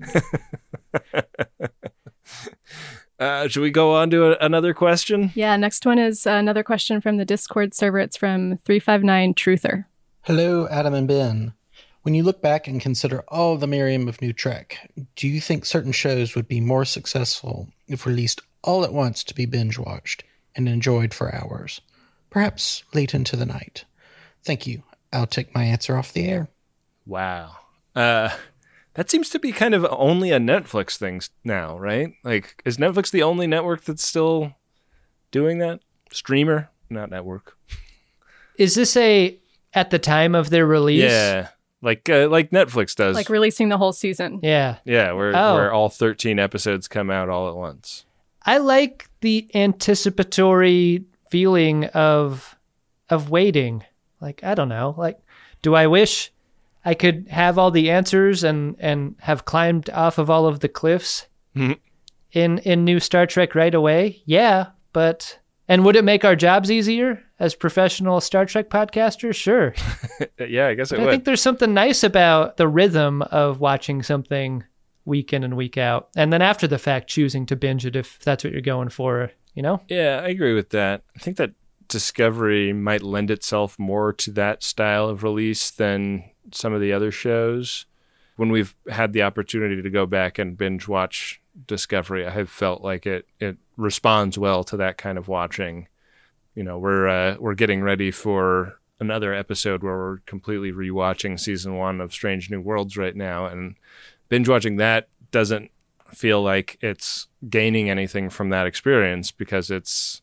S5: Uh, should we go on to a, another question?
S6: Yeah, next one is another question from the Discord server. It's from 359 Truther.
S16: Hello, Adam and Ben. When you look back and consider all the myriad of new Trek, do you think certain shows would be more successful if released all at once to be binge watched and enjoyed for hours? Perhaps late into the night. Thank you. I'll take my answer off the air.
S5: Wow. Uh, that seems to be kind of only a Netflix thing s- now, right? Like, is Netflix the only network that's still doing that? Streamer, not network.
S4: Is this a at the time of their release?
S5: Yeah, like uh, like Netflix does.
S6: Like releasing the whole season.
S4: Yeah.
S5: yeah, where
S4: Oh.
S5: where all thirteen episodes come out all at once.
S4: I like the anticipatory feeling of of waiting. Like I don't know. Like do I wish I could have all the answers and and have climbed off of all of the cliffs
S5: Mhm.
S4: in in new Star Trek right away? Yeah, but and would it make our jobs easier as professional Star Trek podcasters? Sure.
S5: Uh, yeah, I guess it
S4: But I
S5: would.
S4: think there's something nice about the rhythm of watching something week in and week out. And then after the fact, choosing to binge it if that's what you're going for, you know?
S5: Yeah, I agree with that. I think that Discovery might lend itself more to that style of release than some of the other shows. When we've had the opportunity to go back and binge watch Discovery, I have felt like it it responds well to that kind of watching. You know, we're uh, we're getting ready for another episode where we're completely rewatching season 1 of Strange New Worlds right now and binge watching that doesn't feel like it's gaining anything from that experience because it's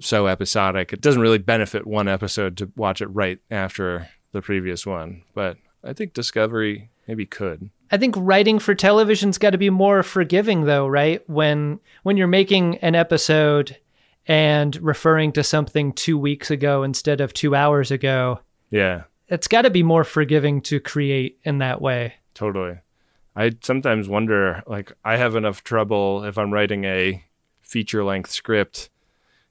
S5: so episodic. It doesn't really benefit one episode to watch it right after the previous one, but I think Discovery maybe could.
S4: I think writing for television's got to be more forgiving though, right? When when you're making an episode and referring to something 2 weeks ago instead of 2 hours ago.
S5: Yeah.
S4: It's got to be more forgiving to create in that way.
S5: Totally. I sometimes wonder like I have enough trouble if I'm writing a feature length script,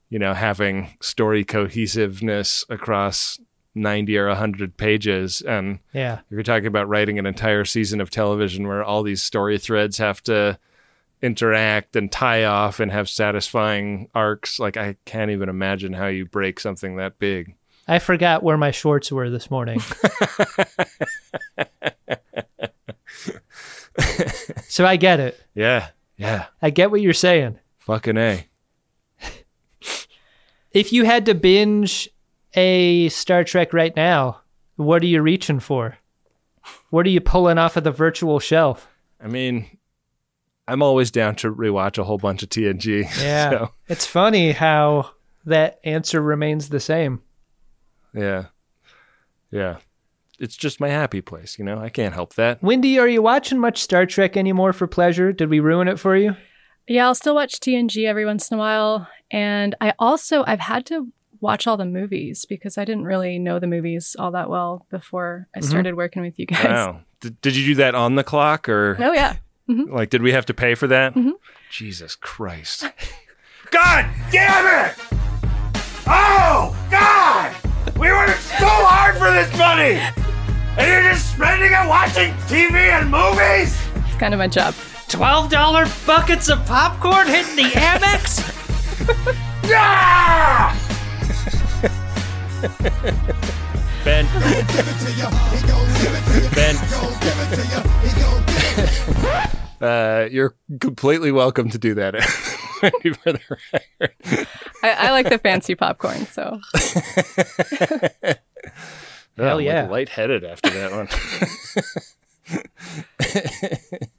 S5: you know, having story cohesiveness across 90 or 100 pages and
S4: Yeah.
S5: if you're talking about writing an entire season of television where all these story threads have to interact and tie off and have satisfying arcs, like I can't even imagine how you break something that big.
S4: I forgot where my shorts were this morning. so I get it.
S5: Yeah. Yeah.
S4: I get what you're saying.
S5: Fucking A.
S4: If you had to binge a Star Trek right now, what are you reaching for? What are you pulling off of the virtual shelf?
S5: I mean, I'm always down to rewatch a whole bunch of TNG.
S4: Yeah.
S5: so,
S4: It's funny how that answer remains the same.
S5: yeah. Yeah. It's just my happy place, you know? I can't help that.
S4: Wendy, are you watching much Star Trek anymore for pleasure? Did we ruin it for you?
S6: Yeah, I'll still watch TNG every once in a while. And I also, I've had to watch all the movies because I didn't really know the movies all that well before I
S5: Mhm.
S6: started working with you guys.
S5: Wow. Did, did you do that on the clock or?
S6: Oh, yeah. Mhm.
S5: Like, did we have to pay for that?
S6: Mhm.
S5: Jesus Christ.
S1: God damn it! Oh, God! We worked so hard for this money! And you're just spending it watching TV and movies?
S6: It's kind of my job.
S4: $12 buckets of popcorn hitting the Amex?
S1: Yeah!
S5: Ben. ben. Uh, you're completely welcome to do that. Wendy, for the record.
S6: I, I like the fancy popcorn. So
S5: Oh,
S4: Hell
S5: I'm, like,
S4: yeah.
S5: lightheaded after that one.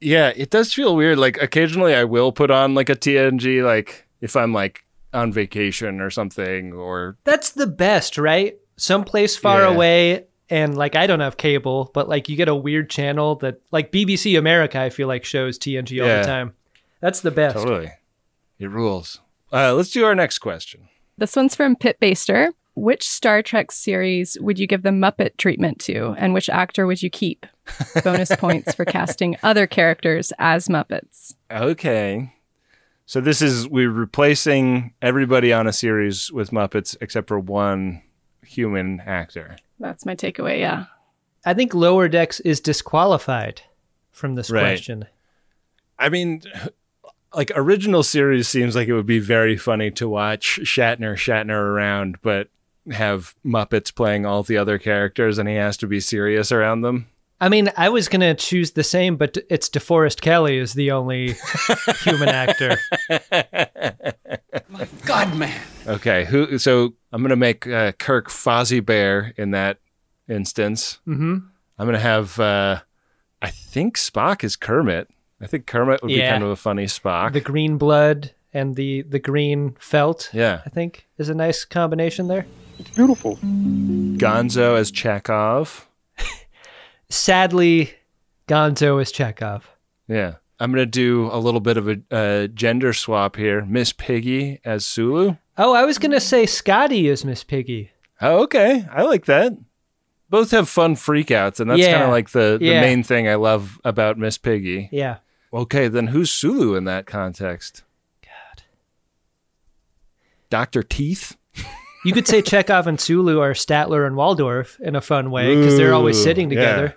S5: yeah, it does feel weird. Like occasionally I will put on like a TNG, like if I'm like on vacation or something or
S4: That's the best, right? Someplace far
S5: Yeah.
S4: away, and like I don't have cable, but like you get a weird channel that, like BBC America, I feel like shows TNG all
S5: Yeah.
S4: the time. That's the best.
S5: totally. It rules. Uh, let's do our next question.
S6: this one's from Pit Baster. Which Star Trek series would you give the Muppet treatment to, and which actor would you keep? Bonus points for casting other characters as Muppets.
S5: Okay. So this is we're replacing everybody on a series with Muppets except for one human actor.
S6: That's my takeaway. Yeah.
S4: I think Lower Decks is disqualified from this
S5: Right.
S4: question.
S5: I mean, like original series seems like it would be very funny to watch Shatner Shatner around, but have Muppets playing all the other characters, and he has to be serious around them.
S4: I mean, I was gonna choose the same, but it's DeForest Kelly is the only human actor.
S15: God, man.
S5: Okay, who? So I'm gonna make uh, Kirk Fozzie Bear in that instance.
S4: Mm-hmm.
S5: I'm gonna have. Uh, I think Spock is Kermit. I think Kermit would be
S4: Yeah.
S5: kind of a funny Spock.
S4: The green blood and the the green felt.
S5: Yeah.
S4: I think is a nice combination there.
S5: Beautiful. Gonzo as Chekhov.
S4: Sadly, Gonzo is Chekhov.
S5: Yeah. I'm going to do a little bit of a uh, gender swap here. Miss Piggy as Sulu.
S4: Oh, I was gonna say Scotty is Miss Piggy.
S5: Oh, okay. I like that. Both have fun freakouts, and that's
S4: Yeah.
S5: kind of like the, the
S4: Yeah.
S5: main thing I love about Miss Piggy.
S4: Yeah.
S5: Okay, then who's Sulu in that context? God. Dr. Teeth?
S4: You could say Chekhov and Sulu are Statler and Waldorf in a fun way because they're always
S5: Ooh,
S4: sitting together.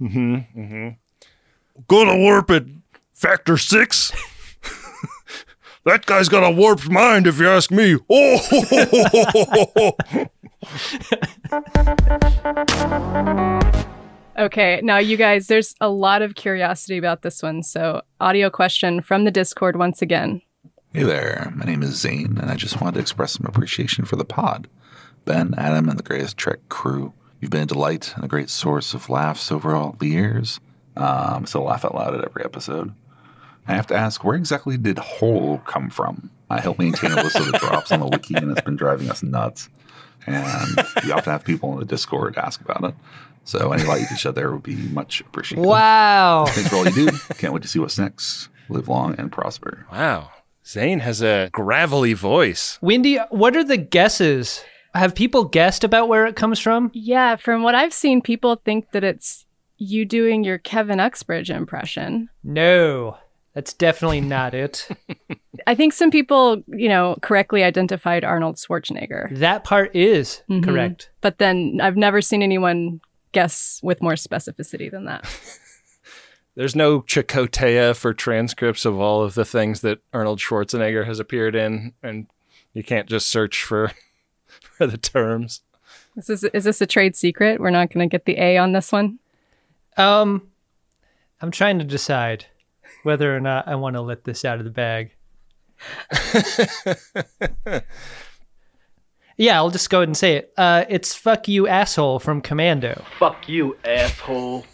S5: Mm-hmm. Mm-hmm.
S17: gonna warp at factor six. that guy's got a warped mind, if you ask me. Oh,
S6: Okay, now you guys, there's a lot of curiosity about this one. So, audio question from the Discord once again.
S18: Hey there, my name is Zane, and I just wanted to express some appreciation for the pod. Ben, Adam, and the Greatest Trek crew. You've been a delight and a great source of laughs over all the years. Um, I still laugh out loud at every episode. I have to ask, where exactly did hole come from? I help maintain a list of the drops on the wiki, and it's been driving us nuts. And you often have people in the Discord ask about it. So any light you can shed there would be much appreciated.
S4: Wow.
S18: Thanks for all you do. Can't wait to see what's next. Live long and prosper.
S5: Wow. Zane has a gravelly voice.
S4: Wendy, what are the guesses? Have people guessed about where it comes from?
S6: Yeah, from what I've seen, people think that it's you doing your Kevin Uxbridge impression.
S4: No, that's definitely not it.
S6: I think some people, you know, correctly identified Arnold Schwarzenegger.
S4: that part is
S6: Mhm.
S4: correct.
S6: But then I've never seen anyone guess with more specificity than that.
S5: There's no Chicotea for transcripts of all of the things that Arnold Schwarzenegger has appeared in, and you can't just search for for the terms.
S6: Is this is this a trade secret? We're not going to get the A on this one.
S4: Um, I'm trying to decide whether or not I want to let this out of the bag. yeah, I'll just go ahead and say it. Uh, it's fuck you asshole from Commando.
S2: Fuck you, asshole.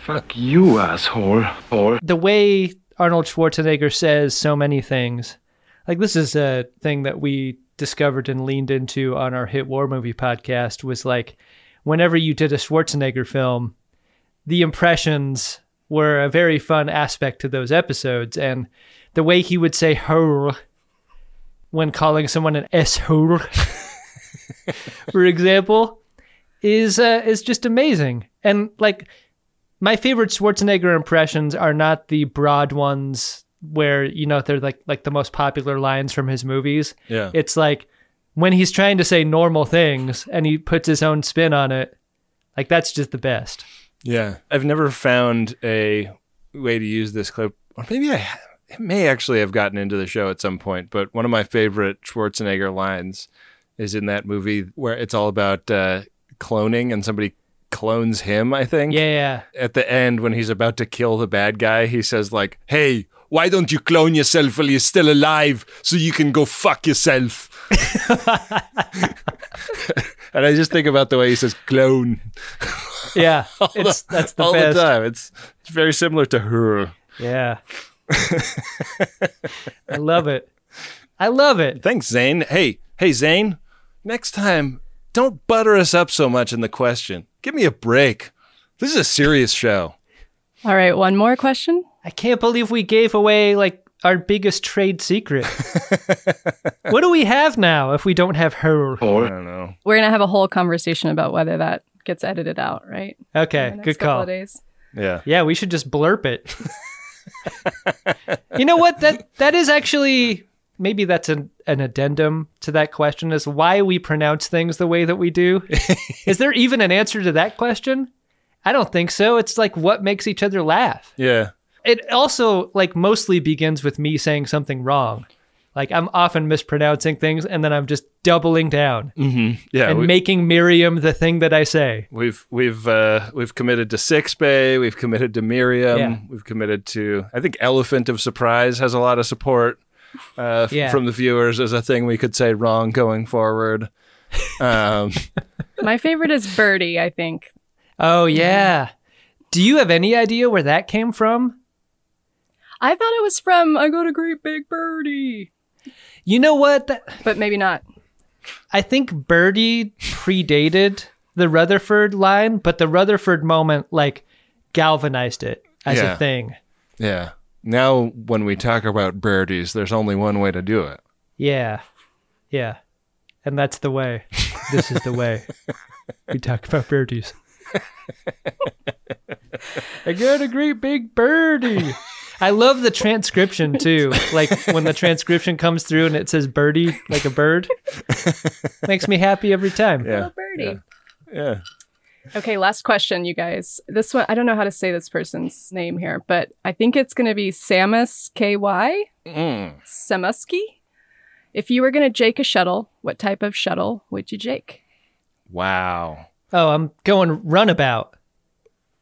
S19: Fuck you, asshole. Or
S4: The way Arnold Schwarzenegger says so many things, like this is a thing that we discovered and leaned into on our hit war movie podcast was like whenever you did a Schwarzenegger film, the impressions were a very fun aspect to those episodes and the way he would say hurl when calling someone an asshole for example is uh, is just amazing and like my favorite Schwarzenegger impressions are not the broad ones where you know they're like like the most popular lines from his movies
S5: Yeah.
S4: it's like when he's trying to say normal things and he puts his own spin on it like that's just the best
S5: Yeah. I've never found a way to use this clip. Or maybe I ha- it may actually have gotten into the show at some point, but one of my favorite Schwarzenegger lines is in that movie where it's all about uh, cloning and somebody clones him, I think.
S4: Yeah.
S5: At the end, when he's about to kill the bad guy, he says, like, hey, why don't you clone yourself while you're still alive so you can go fuck yourself? and I just think about the way he says clone.
S4: yeah
S5: All the-
S4: it's that's the
S5: all
S4: best
S5: the time. It's it's very similar to her.
S4: yeah i love it I love it.
S5: Thanks, Zane. Hey, hey, Zane. Next time, don't butter us up so much in the question. Give me a break. This is a serious show.
S6: All right, one more question.
S4: I can't believe we gave away like our biggest trade secret. what do we have now if we don't have her?
S5: I don't know.
S6: We're going to have a whole conversation about whether that gets edited out, right?
S4: Okay,
S6: In the next
S4: good
S6: couple
S4: call.
S6: of days.
S5: Yeah.
S4: Yeah, we should just blurp it. you know what? That that is actually maybe that's an, an addendum to that question is why we pronounce things the way that we do. is there even an answer to that question? I don't think so. It's like what makes each other laugh.
S5: Yeah.
S4: it also like mostly begins with me saying something wrong. Like I'm often mispronouncing things and then I'm just doubling down
S5: Mm-hmm. Yeah.
S4: and
S5: we,
S4: making Miriam the thing that I say.
S5: we've we've uh, we've committed to Six Bay. We've committed to Miriam.
S4: Yeah.
S5: We've committed to. I think Elephant of Surprise has a lot of support uh, f-
S4: Yeah.
S5: from the viewers as a thing we could say wrong going forward. Um,
S6: My favorite is Birdie, I think.
S4: Oh yeah. Do you have any idea where that came from?
S6: I thought it was from I Got a Great Big Birdie,
S4: You know what? That-
S6: but maybe not.
S4: I think Birdie predated the Rutherford line, but the Rutherford moment like galvanized it as
S5: Yeah.
S4: a thing.
S5: yeah. Now, when we talk about birdies, there's only one way to do it.
S4: Yeah. Yeah. And that's the way. This is the way. we talk about birdies. I got a great big birdie. I love the transcription too. Like when the transcription comes through and it says birdie, like a bird, makes me happy every time.
S5: Yeah.
S6: Birdie.
S5: Yeah.
S6: Okay, last question, you guys. This one, I don't know how to say this person's name here, but I think it's going to be Samus KY
S5: Mm.
S6: Samusky. If you were going to Jake a shuttle, what type of shuttle would you Jake?
S5: Wow.
S4: Oh, I'm going runabout.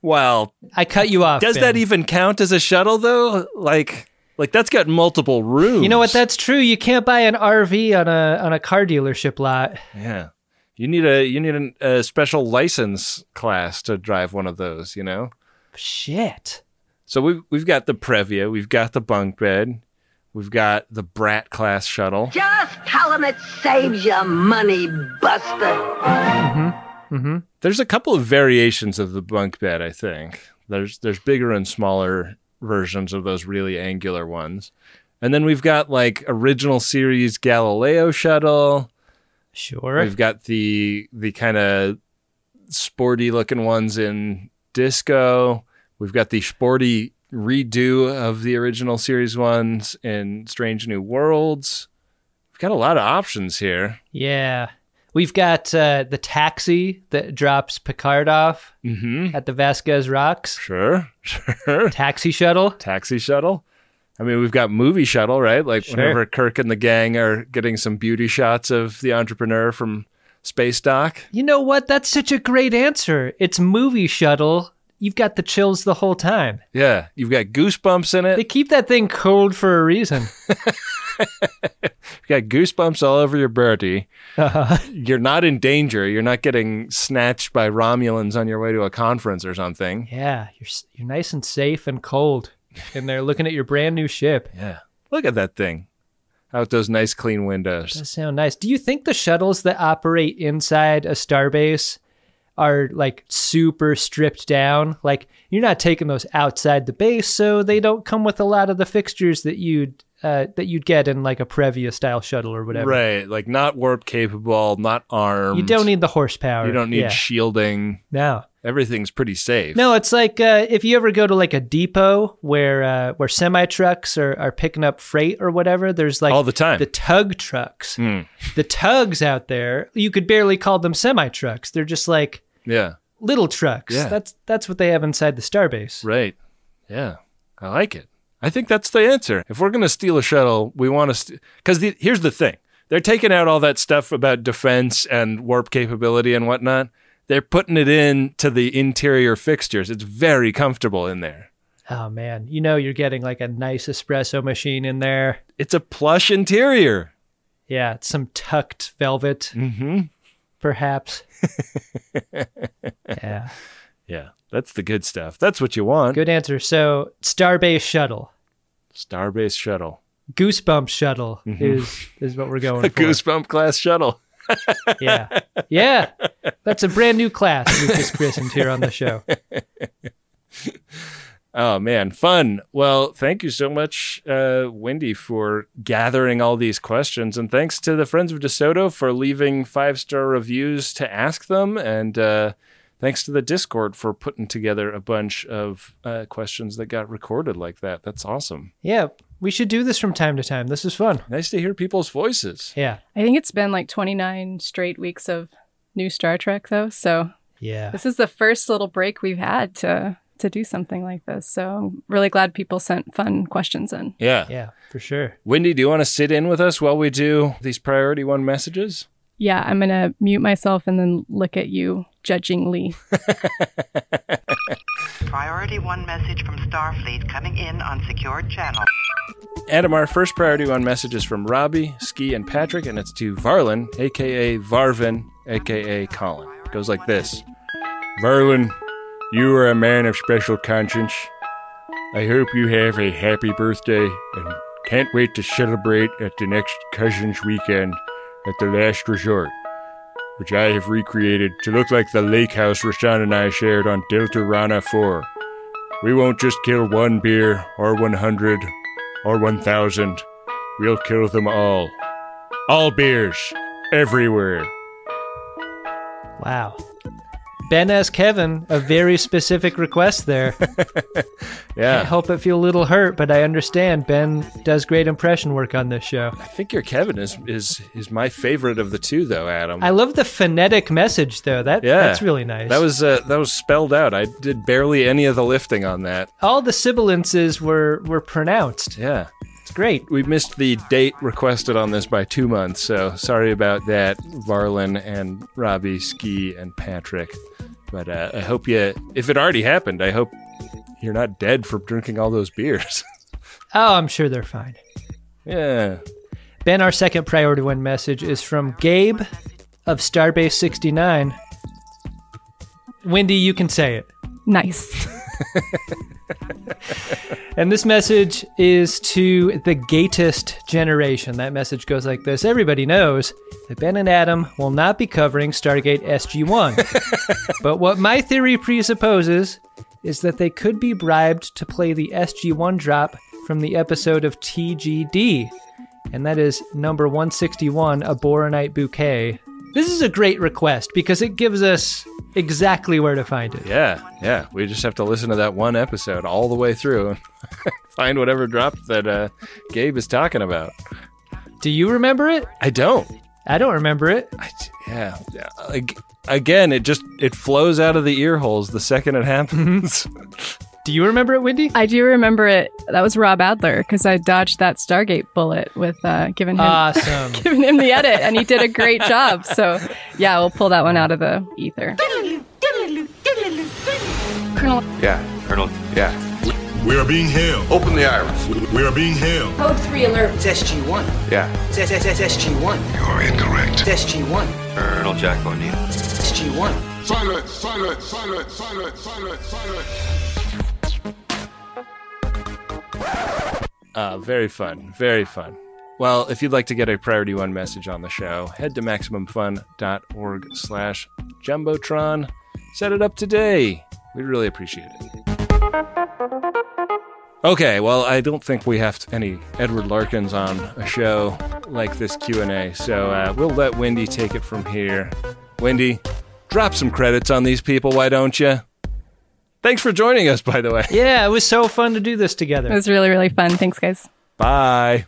S5: Well,
S4: I cut you off.
S5: Does
S4: Ben.
S5: that even count as a shuttle though? Like, like that's got multiple rooms.
S4: You know what? That's true. You can't buy an RV on a on a car dealership lot.
S5: Yeah. You need a you need an, a special license class to drive one of those. You know.
S4: Shit.
S5: So we've we've got the Previa, we've got the bunk bed, we've got the Brat class shuttle.
S20: Just tell him it saves you money, Buster.
S4: Mm-hmm.
S5: There's a couple of variations of the bunk bed, I think. There's there's bigger and smaller versions of those really angular ones. And then we've got like original series Galileo shuttle.
S4: Sure.
S5: We've got the the kind of sporty looking ones in disco. We've got the sporty redo of the original series ones in Strange New Worlds. We've got a lot of options here.
S4: Yeah. We've got uh, the taxi that drops Picard off
S5: Hmm.
S4: at the Vasquez Rocks.
S5: Sure, sure.
S4: Taxi shuttle.
S5: Taxi shuttle. I mean, we've got movie shuttle, right? Like
S4: Sure.
S5: whenever Kirk and the gang are getting some beauty shots of the entrepreneur from space dock.
S4: You know what? That's such a great answer. It's movie shuttle. You've got the chills the whole time.
S5: Yeah, you've got goosebumps in it.
S4: They keep that thing cold for a reason.
S5: You've got goosebumps all over your body.
S4: Uh-huh.
S5: You're not in danger. You're not getting snatched by Romulans on your way to a conference or something.
S4: Yeah, you're s- you're nice and safe and cold, and they're looking at your brand new ship.
S5: Yeah, look at that thing. Out those nice clean windows.
S4: Does sound nice. Do you think the shuttles that operate inside a starbase are like super stripped down? Like you're not taking those outside the base, so they don't come with a lot of the fixtures that you'd uh, that you'd get in like a Previa style shuttle or whatever.
S5: Right, like not warp capable, not armed.
S4: You don't need the horsepower.
S5: You don't need
S4: Yeah.
S5: shielding.
S4: No.
S5: Everything's pretty safe.
S4: No, it's like uh, if you ever go to like a depot where uh, where semi trucks are, are picking up freight or whatever. There's like
S5: All the time.
S4: the tug trucks,
S5: Mm.
S4: the tugs out there. You could barely call them semi trucks. They're just like
S5: Yeah.
S4: little trucks.
S5: Yeah.
S4: That's that's what they have inside the starbase.
S5: Right. Yeah. I like it. I think that's the answer. If we're going to steal a shuttle, we want to. St- because the, here's the thing they're taking out all that stuff about defense and warp capability and whatnot. They're putting it in to the interior fixtures. It's very comfortable in there.
S4: Oh man, you know you're getting like a nice espresso machine in there.
S5: It's a plush interior.
S4: Yeah, it's some tucked velvet,
S5: mm-hmm.
S4: perhaps. yeah.
S5: Yeah. That's the good stuff. That's what you want.
S4: Good answer. So starbase shuttle,
S5: Starbase shuttle.
S4: goosebump shuttle
S5: Mhm.
S4: is is what we're going
S5: A
S4: for.
S5: goosebump class shuttle.
S4: yeah. Yeah. That's a brand new class we've just christened here on the show.
S5: Oh man, fun! Well, thank you so much, uh, Wendy, for gathering all these questions, and thanks to the friends of DeSoto for leaving five star reviews to ask them, and uh, thanks to the Discord for putting together a bunch of uh, questions that got recorded like that. That's awesome.
S4: Yeah. We should do this from time to time. This is fun.
S5: Nice to hear people's voices.
S4: Yeah.
S6: I think it's been like 29 straight weeks of new Star Trek, though. So
S4: Yeah.
S6: this is the first little break we've had to to do something like this. So I'm really glad people sent fun questions in.
S5: Yeah,
S4: yeah, for sure.
S5: Wendy, do you want to sit in with us while we do these priority one messages?
S6: Yeah, I'm gonna mute myself and then look at you judgingly.
S21: Priority one message from Starfleet coming in on secured channel.
S5: Adam, our first priority one message is from Robbie, Ski, and Patrick, and it's to Varlin, aka Varvin, aka Colin. It goes like this Varlin, you are a man of special conscience. I hope you have a happy birthday and can't wait to celebrate at the next Cousins Weekend at the Last Resort, which I have recreated to look like the lake house Rashawn and I shared on Delta Rana 4. We won't just kill one beer or 100 or 1,000. We'll kill them all. All beers, everywhere.
S4: Wow. Ben asked Kevin a very specific request there.
S5: Yeah.
S4: I hope it feel a little hurt, but I understand Ben does great impression work on this show.
S5: I think your Kevin is is is my favorite of the two, though, Adam.
S4: I love the phonetic message though. That
S5: yeah,
S4: that's really nice.
S5: That was uh, that was spelled out. I did barely any of the lifting on that.
S4: all the sibilances were were pronounced.
S5: Yeah.
S4: It's great.
S5: We missed the date requested on this by two months, so sorry about that, Varlin and Robbie, Ski and Patrick. But uh, I hope you, if it already happened, I hope you're not dead from drinking all those beers.
S4: Oh, I'm sure they're fine.
S5: Yeah.
S4: Ben, our second priority one message is from Gabe of Starbase 69. Wendy, you can say it.
S6: Nice.
S4: And this message is to the Gatist generation. That message goes like this Everybody knows that Ben and Adam will not be covering Stargate SG 1. but what my theory presupposes is that they could be bribed to play the SG 1 drop from the episode of TGD. And that is number 161, A Boronite Bouquet. This is a great request because it gives us exactly where to find it.
S5: Yeah, yeah. We just have to listen to that one episode all the way through and find whatever drop that uh, Gabe is talking about.
S4: Do you remember it?
S5: I don't.
S4: I don't remember it.
S5: Yeah. yeah. Ag- Again, it just it flows out of the ear holes the second it happens.
S4: Do you remember it, Wendy?
S6: I do remember it. That was Rob Adler because I dodged that Stargate bullet with uh, giving him
S4: Awesome.
S6: giving him the edit, and he did a great job. So yeah, we'll pull that one out of the ether. Colonel,
S3: Yeah, Colonel. Yeah.
S22: We are being hailed.
S3: Open the iris.
S22: We are being hailed.
S23: Code 3 alert. It's SG1.
S3: Yeah.
S23: It's S- S- S- SG1. You're incorrect. It's SG1.
S3: Colonel Jack O'Neill.
S23: It's SG1.
S22: Silence, silence, silence, silence, silence, silence.
S5: Uh, very fun. Very fun. Well, if you'd like to get a priority one message on the show, head to MaximumFun.org slash Jumbotron. Set it up today. We'd really appreciate it. Okay, well, I don't think we have any Edward Larkins on a show like this Q&A, so uh, we'll let Wendy take it from here. Wendy, drop some credits on these people, why don't you? Thanks for joining us, by the way.
S4: Yeah, it was so fun to do this
S6: it
S4: together.
S6: was really really fun. Thanks, guys.
S5: Bye.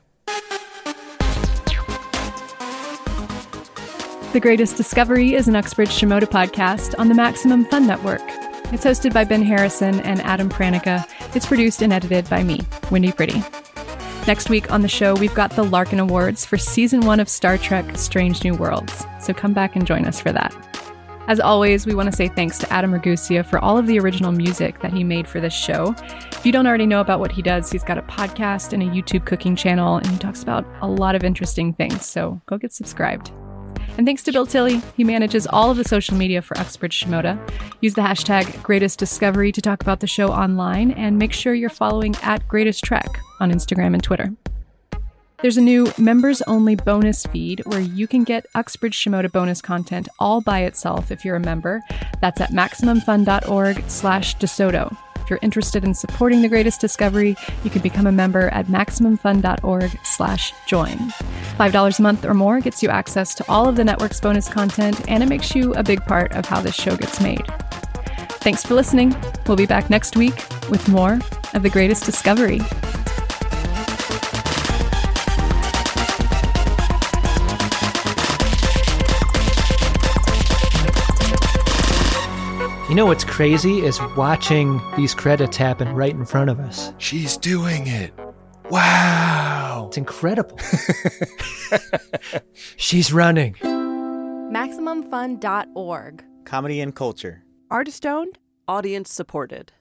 S6: The Greatest Discovery is an Uxbridge Shimoda podcast on the Maximum Fun Network. It's hosted by Ben Harrison and Adam Pranica. It's produced and edited by me, Wendy Pretty. Next week on the show, we've got the Larkin Awards for Season 1 of Star Trek Strange New Worlds, so come back and join us for that. As always, we want to say thanks to Adam Ragusia for all of the original music that he made for this show. If you don't already know about what he does, he's got a podcast and a YouTube cooking channel, and he talks about a lot of interesting things, so go get subscribed. And thanks to Bill Tilley, he manages all of the social media for Uxbridge Shimoda. Use the hashtag Greatest Discovery to talk about the show online, and make sure you're following at Greatest Trek on Instagram and Twitter. There's a new members only bonus feed where you can get Uxbridge Shimoda bonus content all by itself if you're a member. That's at MaximumFun.org slash DeSoto. If you're interested in supporting The Greatest Discovery, you can become a member at MaximumFun.org slash join. $5 a month or more gets you access to all of the network's bonus content, and it makes you a big part of how this show gets made. Thanks for listening. We'll be back next week with more of The Greatest Discovery.
S4: You know what's crazy is watching these credits happen right in front of us.
S5: She's doing it. Wow.
S4: It's incredible. She's running.
S24: MaximumFun.org.
S25: Comedy and culture.
S24: Artist owned, audience supported.